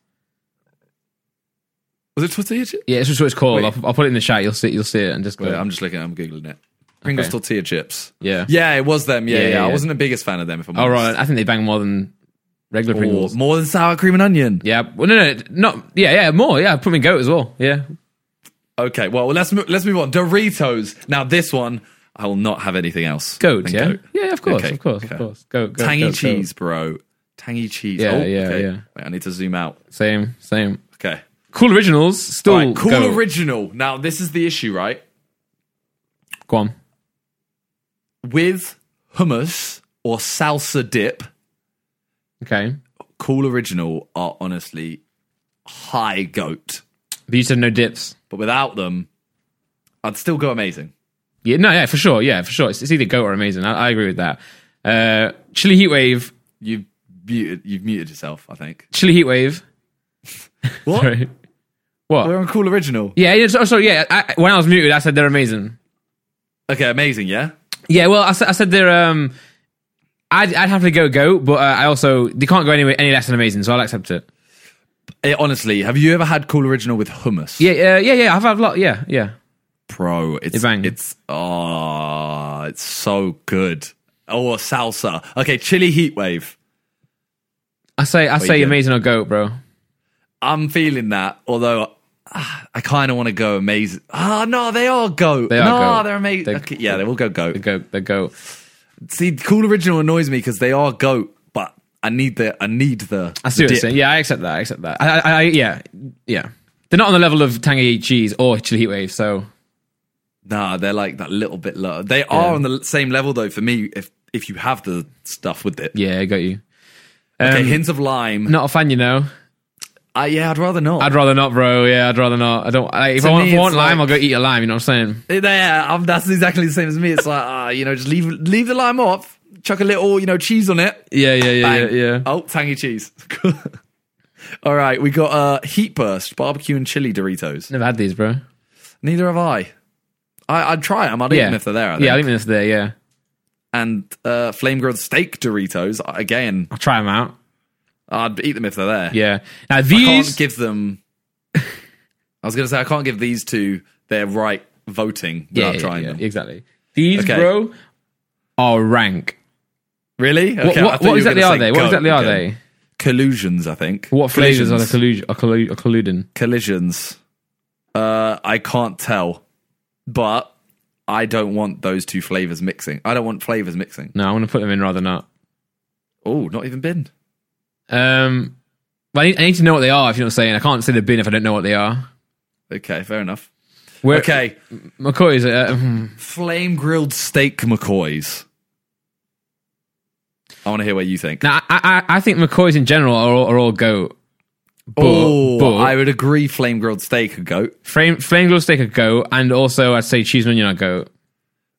Was it tortilla chip?
Yeah, it's just what it's called.
Wait.
I'll, I'll put it in the chat. You'll see. You'll see it and just go.
Wait, I'm just looking. I'm googling it. Pringles
Okay.
tortilla chips.
yeah.
Yeah, it was them. Yeah,
Yeah,
yeah.
yeah,
I
yeah.
wasn't the biggest fan of them. If I'm
Oh, right.
honest.
I think they bang more than regular
Or
Pringles.
more than sour cream and onion.
Yeah. Well, no, no, not. Yeah, yeah, more. Yeah, put me in goat as well. Yeah.
Okay, well let's mo- let's move on. Doritos. Now this one, I will not have anything else.
Goat,
than
yeah?
goat.
Yeah, of course,
Okay,
of course,
okay.
of course. Goat, goat.
Tangy
goat, goat.
cheese, bro. Tangy cheese.
Yeah,
oh,
yeah,
okay.
yeah.
Wait, I need to zoom out.
Same, same.
Okay.
Cool originals, still.
Right, cool
goat.
original. Now this is the issue, right?
Go on.
With hummus or salsa dip,
Okay.
cool original are honestly high goat.
But you said no dips.
But without them, I'd still go amazing.
Yeah, no, yeah, for sure. Yeah, for sure. It's, it's either goat or amazing. I, I agree with that. Uh, chili heat wave.
You've muted, you've muted yourself, I think.
Chili heat wave.
What?
Sorry. What?
We're on Cool Original.
yeah, yeah, so, so yeah, I, when I was muted, I said they're amazing.
Okay, amazing, yeah?
Yeah, well, I, said- I said they're. Um, I'd, I'd have to go goat, but uh, I also. They can't go anywhere, any less than amazing, so I'll accept it.
Eh, honestly, have you ever had Cool Original with hummus?
Yeah, uh, yeah, yeah. I've had a lot. Yeah, yeah.
Bro, it's,
It bang.
it's, oh, it's so good. Oh, salsa. Okay, chili heat wave.
I say, I say,
yeah.
amazing or goat, bro.
I'm feeling that, although ah, I kind of want to go amazing. Ah, no, they are goat.
They are
no,
goat.
they're amazing.
They're-
okay, yeah, they will go
The
goat.
goat, the goat.
See, Cool Original annoys me because they are goat, but I need the, I need the.
I see what
the
you're saying. Yeah, I accept that. I accept that. I, I, I yeah, yeah. They're not on the level of tangy cheese or chili heat wave. So
Nah, they're like that little bit lower. They are on the l- same level though for me. If if you have the stuff with it,
yeah, I got you.
okay,
Um,
hints of lime.
Not a fan, you know.
Uh, yeah, I'd rather not.
I'd rather not, bro. Yeah, I'd rather not. I don't. I, if
To
I want,
me,
if I want
it's
lime,
like-
I'll go eat a lime. You know what I'm saying?
yeah, I'm, that's exactly the same as me. It's like uh, you know, just leave leave the lime off, chuck a little you know cheese on it.
Yeah, yeah, yeah,
Bang.
yeah, yeah.
Oh, tangy cheese. All right, we got uh, Heat Burst barbecue and chili Doritos.
Never had these, bro.
Neither have I. I I'd try them. I'd eat
Yeah,
them if they're there. I think.
yeah, I think that's there. Yeah,
And uh, flame grilled steak Doritos. Again,
I'll try them out.
I'd eat them if they're there.
Yeah. Now
I can't
these,
give them. I was going to say I can't give these two their right voting
yeah,
without
yeah,
trying
yeah,
them.
exactly. These,
Okay.
bro, are rank.
Really?
What,
Okay, I
what,
thought you
what
were
exactly
gonna
are
say
they? What
goat
exactly are
again.
they?
Collusions, I think.
What flavors are they
Collisions.
collusion, are collu- are colluding?
collisions. Uh, I can't tell, but I don't want those two flavors mixing. I don't want flavors mixing.
No, I want to put them in rather not.
Oh, not even been.
Um, but I need, I need to know what they are. If you know what I'm saying, I can't say the bin if I don't know what they are.
Okay, fair enough.
Where,
Okay,
McCoy's. Uh, hmm.
flame grilled steak McCoys. I want to hear what you think.
now, I, I I think McCoy's in general are all, are all goat. But,
oh,
but
I would agree. Flame grilled steak a goat.
flame flame grilled steak a goat, and also I'd say cheese and onion a goat.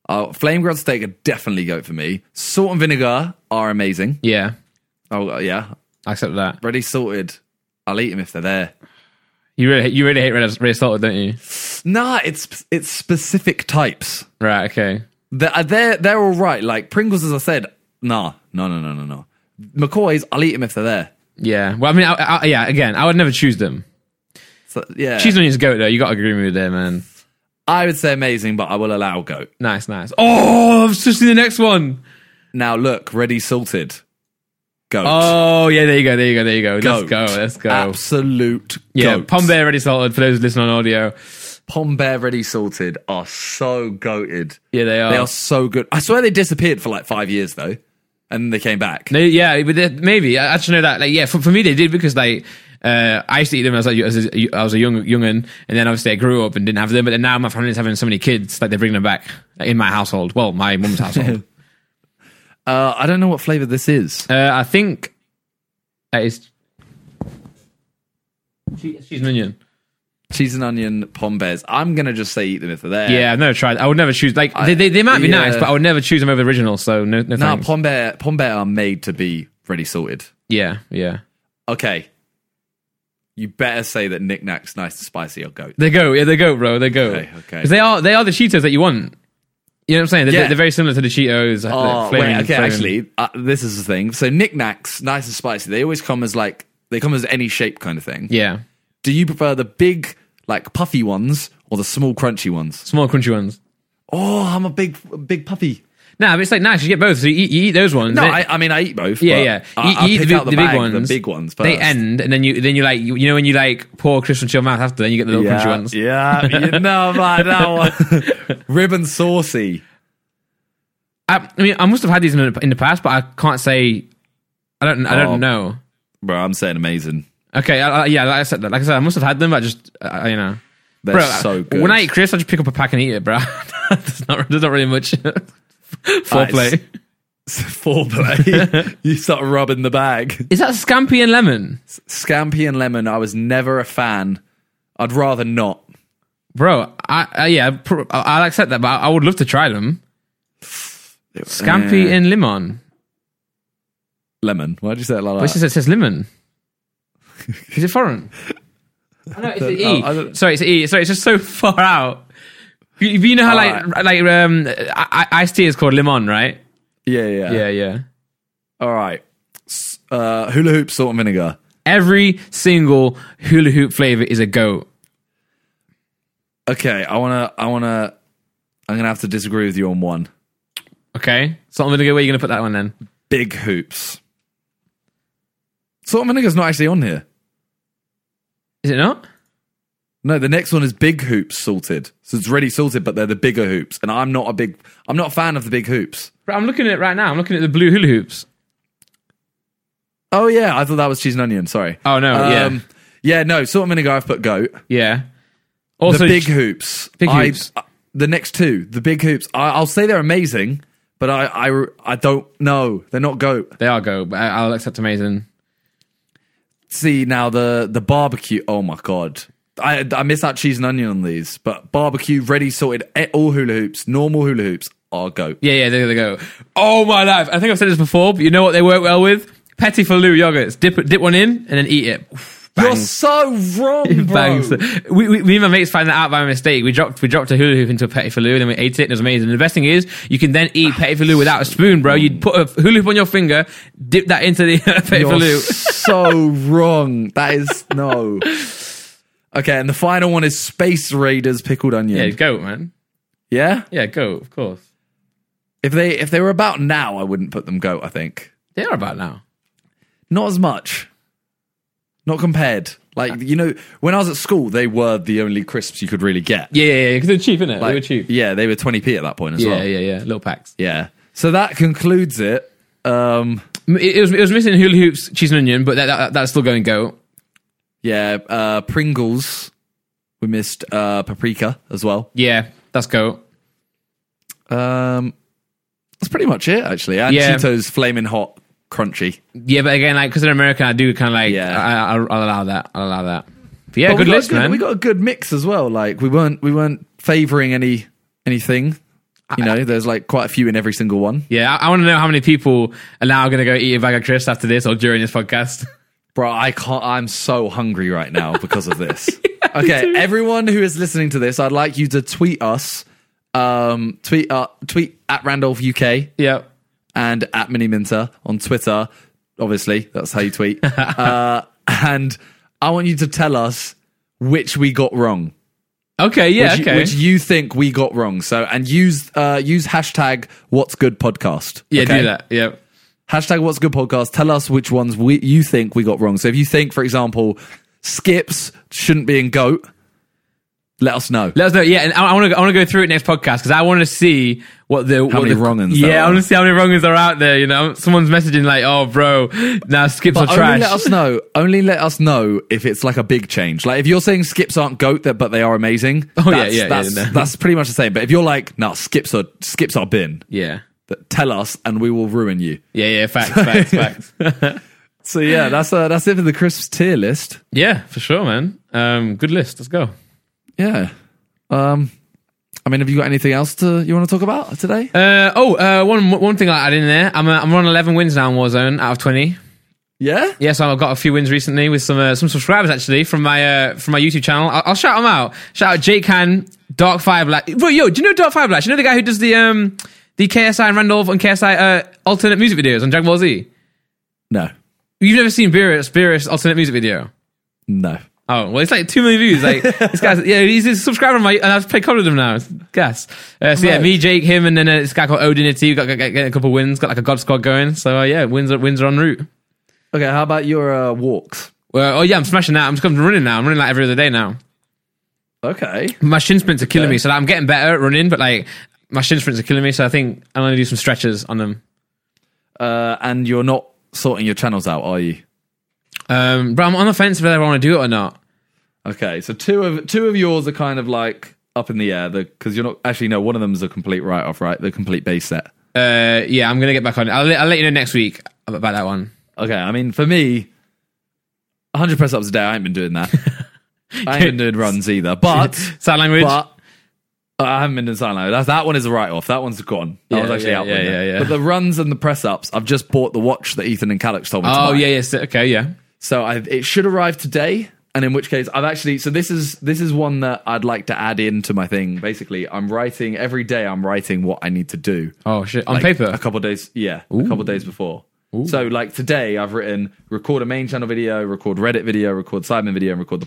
Uh, flame grilled steak are definitely goat for me. Salt and vinegar are amazing.
Yeah,
Oh uh, yeah,
I accept that.
ready salted. I'll eat them if they're there.
You really you really hate red, red salted, don't you?
Nah, it's it's specific types.
Right. Okay.
They're, uh, they're, they're all right. Like Pringles, as I said, nah, no, no, no, no, no. McCoy's, I'll eat them if they're there.
Yeah. Well, I mean, I, I, yeah. Again, I would never choose them.
So, yeah.
Cheese and onions goat though. You got to agree with me there, man.
I would say amazing, but I will allow goat.
Nice, nice. Oh, I've just seen the next one.
Now, look, ready salted. Goat.
Oh, yeah. There you go. There you go. There you go.
goat.
Let's go. Let's go.
Absolute
Yeah,
goat.
Palm Bear already salted for those listening on audio.
Pom Bear ready salted are so goated.
Yeah, they are.
They are so good. I swear they disappeared for like five years, though, and they came back.
No, yeah, but they- maybe I actually know that. Like, yeah, for, for me they did because like uh, I used to eat them as like as a, I was a young youngin, and then obviously I grew up and didn't have them. But then now my family's having so many kids, like they're bringing them back like, in my household. Well, my mum's household.
Uh, I don't know what flavor this is.
uh, I think that is cheese, cheese and onion.
Cheese and onion Pom Bears. I'm going to just say eat them if they're there.
Yeah, I've never tried. I would never choose. Like they, they, they might be
yeah.
nice, but I would never choose them over the original. So no, no
Nah,
thanks.
Pom Bear, Pom Bear are made to be ready salted.
yeah, yeah.
Okay. You better say that knickknacks nice and spicy or goat.
They go, yeah, they go, bro, they go.
Okay, okay.
'Cause they are they are the Cheetos that you want. You know what I'm saying? They're,
Yeah.
they're very similar to the Cheetos. like,
Oh,
flavoring-
wait, okay,
flavoring.
actually, uh, this is the thing. So knickknacks, nice and spicy, they always come as like, they come as any shape kind of thing.
yeah,
Do you prefer the big, like puffy ones or the small crunchy ones?
small crunchy ones.
Oh, I'm a big, big puffy.
Nah, but it's like nice. You get both. So you eat, you eat those ones.
No,
then-
I, I mean, I eat both.
yeah,
but
yeah.
I,
You
I
eat
pick
the,
out the,
the
bag,
big ones.
the big ones. First.
They end, and then you then you like you, you know when you like pour crisps into your mouth after, then you get the little
yeah,
crunchy ones.
Yeah, you know, man, that one. Ribbon saucy.
I, I mean, I must have had these in the, in the past, but I can't say. I don't. I don't
Oh.
know.
Bro, I'm saying amazing.
Okay, I, I, yeah, like I said, like I said, I must have had them, but I just, I, I- you know,
They're so good.
When I eat crisps, I just pick up a pack and eat it, bro. there's, not, there's not really much foreplay.
Nice. foreplay. you start rubbing the bag.
Is that scampi and lemon,
Scampi and lemon. I was never a fan. I'd rather not.
bro? I, I yeah, pr- I, I'll accept that, but I, I would love to try them. Scampi
Eh.
and lemon.
lemon. Why would you say it like
What's
that?
this? It says lemon. Is it foreign? I know it's an
Oh,
E.
I don't-
Sorry, it's an E. Sorry, it's just so far out. You, you know how like like um, I, I, iced tea is called lemon, right?
Yeah, yeah,
Yeah, yeah.
All right. S- Uh, hula hoop salt and vinegar.
Every single hula hoop flavor is a goat.
Okay, I wanna, I wanna, I'm gonna have to disagree with you on one.
Okay, so I'm gonna go. Where are you gonna put that one then?
Big hoops. Salt and vinegar's not actually on here.
Is it not?
No, the next one is big hoops salted. So it's already salted, but they're the bigger hoops, and I'm not a big, I'm not a fan of the big hoops.
Bro, I'm looking at it right now. I'm looking at the blue hula hoops.
Oh yeah, I thought that was cheese and onion. Sorry. Um,
Oh, no, yeah.
yeah, no. Salt and vinegar. I've put goat.
Yeah.
The
Also,
big hoops.
Big
I-
hoops.
I- the next two, the big hoops. I, I'll say they're amazing, but I, I, I don't know. They're not goat.
they are goat. But I- I'll accept amazing.
See now the the barbecue. Oh my god. I, I miss out cheese and onion on these, but barbecue ready sorted. eh, All hula hoops, normal hula hoops are goat.
Yeah, yeah, there they go. Oh my life! I think I've said this before, but you know what they work well with? Petty for Lou yogurts. Dip dip one in and then eat it. Oof,
You're
bangs.
so wrong, bro.
Bangs. We, we, me and my mates found that out by mistake. We dropped we dropped a hula hoop into a petit faloo and then we ate it and it was amazing. And the best thing is you can then eat petit faloo without a spoon, bro. You'd put a hula hoop on your finger, dip that into the petit
You're
faloo.
so wrong. That is no. Okay, and the final one is Space Raiders pickled
Yeah,
onion.
goat man.
yeah?
Yeah, goat. Of course,
If they if they were about now, I wouldn't put them goat. I think
they are about now.
not as much, not compared. Like you know, when I was at school, they were the only crisps you could really get.
Yeah, yeah, yeah. Because they're cheap, innit?
Like,
they were cheap.
Yeah, they were twenty p at that point as
Yeah,
well.
yeah, yeah. Little packs.
Yeah. So that concludes it. Um,
It, it was it was missing hula hoops, cheese and onion, but that, that that's still going goat.
yeah, uh, Pringles. We missed uh, paprika as well.
Yeah, that's goat.
Um, that's pretty much it, actually. And
Yeah.
Cheetos flaming hot, crunchy.
Yeah, but again, like because they're American, I do kind of like
Yeah.
I, I, I'll allow that. I'll allow that. But yeah,
But we
good
got a
list, man.
We got a good mix as well. Like we weren't we weren't favouring any anything. You know, there's like quite a few in every single one.
yeah, I, I want to know how many people are now going to go eat a bag of crisps after this or during this podcast.
Bro, I can't. I'm so hungry right now because of this. okay, everyone who is listening to this, I'd like you to tweet us, um, tweet uh, tweet at Randolph UK
yeah,
and at Mini Minter on Twitter. Obviously, that's how you tweet. uh, and I want you to tell us which we got wrong,
okay, yeah,
which, you-
okay,
which you think we got wrong. So, and use uh, use hashtag What's Good Podcast.
yeah,
okay?
do that. Yeah,
Hashtag What's Good Podcast. Tell us which ones we, you think we got wrong. So, if you think, for example, skips shouldn't be in goat, let us know.
let us know. Yeah, and I want to I want to go through it next podcast because I want to see what the how what
many
the,
wrong-uns there
Yeah, I
are.
want to see how many wrongs are out there. You know, someone's messaging like, "Oh, bro, now skips
But
are
only
trash."
let us know. Only let us know if it's like a big change. Like if you're saying skips aren't goat, that but they are amazing.
Oh, yeah,
that's,
yeah, yeah,
that's,
no.
that's pretty much the same. But if you're like, no, skips are skips are bin.
yeah,
That tell us, and we will ruin you.
yeah, yeah. Facts, facts, facts.
So yeah, that's uh, that's it for the crisps tier list.
Yeah, for sure, man. Um, good list. Let's go.
Yeah. Um, I mean, have you got anything else to you want to talk about today?
Uh, oh, uh, one one thing I add in there. I'm uh, I'm on 11 wins now in Warzone out of 20.
Yeah.
Yeah, so I've got a few wins recently with some uh, some subscribers actually from my uh, from my YouTube channel. I'll, I'll shout them out. Shout out Jake Han, Dark Five Lash. Bro, yo, do you know Dark Five Lash? You know the guy who does the um the KSI and Randolph and KSI uh, alternate music videos on Dragon Ball Z.
No.
You've never seen Beerus Beerus alternate music video.
No.
Oh well, it's like two million views. Like this guy's, yeah, he's a subscriber of my, and I've played cover with him now. It's gas. Uh, so yeah,
Right.
me, Jake, him, and then uh, this guy called Odinity. We got, got, got a couple wins. Got like a god squad going. So uh, yeah, wins are wins are en route.
Okay. How about your uh, walks?
Well, oh yeah, I'm smashing that. I'm just coming running now. I'm running like every other day now.
Okay.
My shin sprints are killing
Okay.
me, so I'm getting better at running. But like my shin sprints are killing me, so I think I'm gonna do some stretches on them.
Uh, and you're not sorting your channels out, are you?
Um, but I'm on the fence whether I want to do it or not.
Okay, so two of two of yours are kind of like up in the air because you're not actually no one of them is a complete write off, right? The complete base set.
Uh, yeah, I'm gonna get back on it. I'll, let- I'll let you know next week about that one.
Okay, I mean for me, 100 press ups a day. I ain't been doing that. I ain't been doing runs either, but
Sign language.
but. I haven't been in sign language. That, that one is a write off. That one's gone. That
Yeah,
was actually
yeah,
out.
yeah,
window.
yeah, yeah.
But the runs and the press ups, I've just bought the watch that Ethan and Calix told me to
oh
buy.
yeah, yes, okay, yeah.
So i it should arrive today, and in which case I've actually. So this is this is one that I'd like to add into my thing. Basically, I'm writing every day. I'm writing what I need to do
Oh shit, on
Like,
paper.
A couple days, yeah, a couple days before. So like today, I've written record a main channel video, record Reddit video, record Simon video, and record the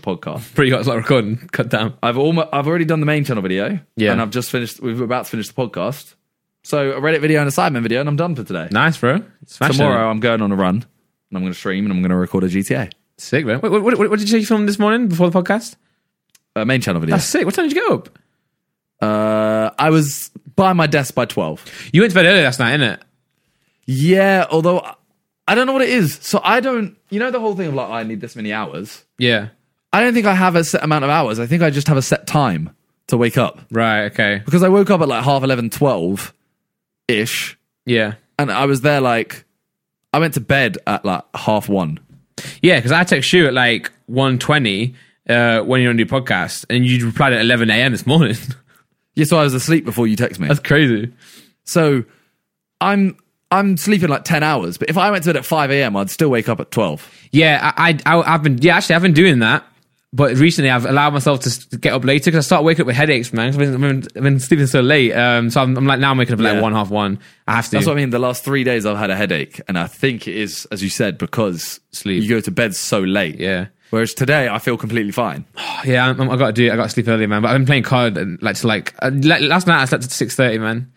podcast.
pretty got a lot of recording. Cut down.
I've almost I've already done the main channel video,
Yeah.
and I've just finished. We've about to finish the podcast. So a Reddit video and a Simon video, and I'm done for today.
Nice, bro. Smashing
Tomorrow,
it.
I'm going on a run, and I'm going to stream, and I'm going to record a GTA,
Sick, man. Wait, what, what, what did you say you filmed this morning before the podcast?
a uh, main channel video.
That's Ah, sick. What time did you get up?
Uh, I was by my desk by 12.
You went to bed early last night, innit?
Yeah, although I- I don't know what it is. So I don't, you know, the whole thing of like, I need this many hours.
Yeah.
I don't think I have a set amount of hours. I think I just have a set time to wake up
Right, okay.
because I woke up at like half 11, 12 ish.
Yeah.
And I was there like, I went to bed at like half one.
Yeah, because I text you at like 1.20 uh, when you're on your podcast, and you replied at 11 a.m. this morning.
Yeah, so I was asleep before you text me.
That's crazy.
So I'm I'm sleeping like 10 hours, but if I went to bed at 5 a.m., I'd still wake up at 12.
Yeah, I, I, I have been yeah actually I've been doing that, but recently I've allowed myself to s- to get up later because I start waking up with headaches, man. 'cause I've been, I've been, I've been sleeping so late, um, so I'm, I'm like now I'm waking up at like
Yeah.
one half one. I have to.
That's what I mean. The last three days I've had a headache, and I think it is, as you said, because
Sleep.
You go to bed so late.
Yeah.
Whereas today I feel completely fine.
yeah, I'm, I'm- I got to do. it. I got to sleep earlier, man. But I've been playing card and like to like uh, like, last night I slept at six thirty, man.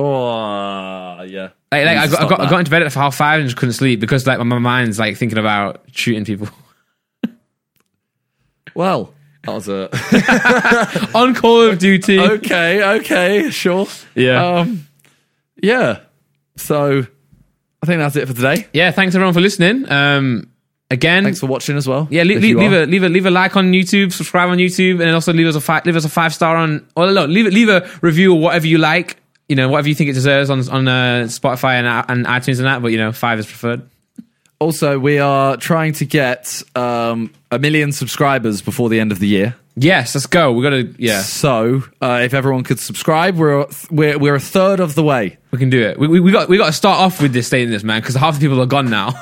Oh, yeah.
Like, like I, got, I, got, I got
got.
into bed at half five and just couldn't sleep because like my mind's like thinking about shooting people.
Well, that was a.
on Call of Duty.
okay, okay, sure.
Yeah.
Um, yeah. So I think that's it for today.
Yeah, thanks everyone for listening. Um, again,
Thanks for watching as well.
yeah, leave,
if
leave,
you
leave
are.
a leave a leave a like on YouTube, subscribe on YouTube, and also leave us a five leave us a five star on or no, leave leave a review or whatever you like. You know, whatever you think it deserves on on uh, Spotify and and iTunes and that. But you know, five is preferred.
Also, we are trying to get um, a million subscribers before the end of the year.
Yes, let's go. We gotta yeah,
So uh, if everyone could subscribe, we're we're we're a third of the way.
we can do it. We we, we got we got to start off with this thing, this man, because half the people are gone now.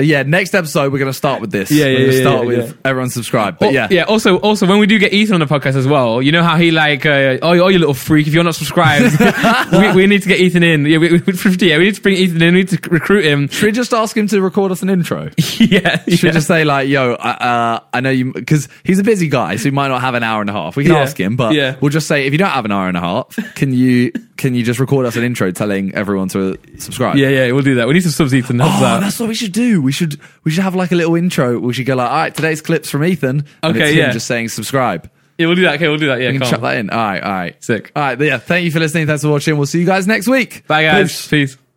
Yeah, next episode we're going to start with this.
Yeah, yeah,
we're gonna
yeah,
start
yeah,
with everyone subscribe.
Oh,
But yeah,
yeah. Also, also when we do get Ethan on the podcast as well, you know how he like, uh, oh, you- oh, you little freak! If you're not subscribed, we, we need to get Ethan in. Yeah, we, we, 50, yeah, we need to bring Ethan in. We need to recruit him.
should we just ask him to record us an intro?
yeah,
Should
yeah.
we just say like, "Yo, I- uh, I know you," because he's a busy guy, so he might not have an hour and a half. We can
Yeah.
ask him, but
Yeah.
we'll just say, if you don't have an hour and a half, can you can you just record us an intro telling everyone to uh, subscribe?
yeah, yeah. We'll do that. We need some subs, Ethan. That's
Oh,
that.
that's what we should do. We should we should have like a little intro. We should go like, all right, today's clips from Ethan. and
Okay,
it's him
yeah.
just saying subscribe.
yeah, we'll do that. Okay, we'll do that. Yeah,
You can
come
chuck
on.
that in. All right, all right,
Sick.
All right, yeah. Thank you for listening. Thanks for watching. We'll see you guys next week.
Bye, guys.
Peace.
Peace.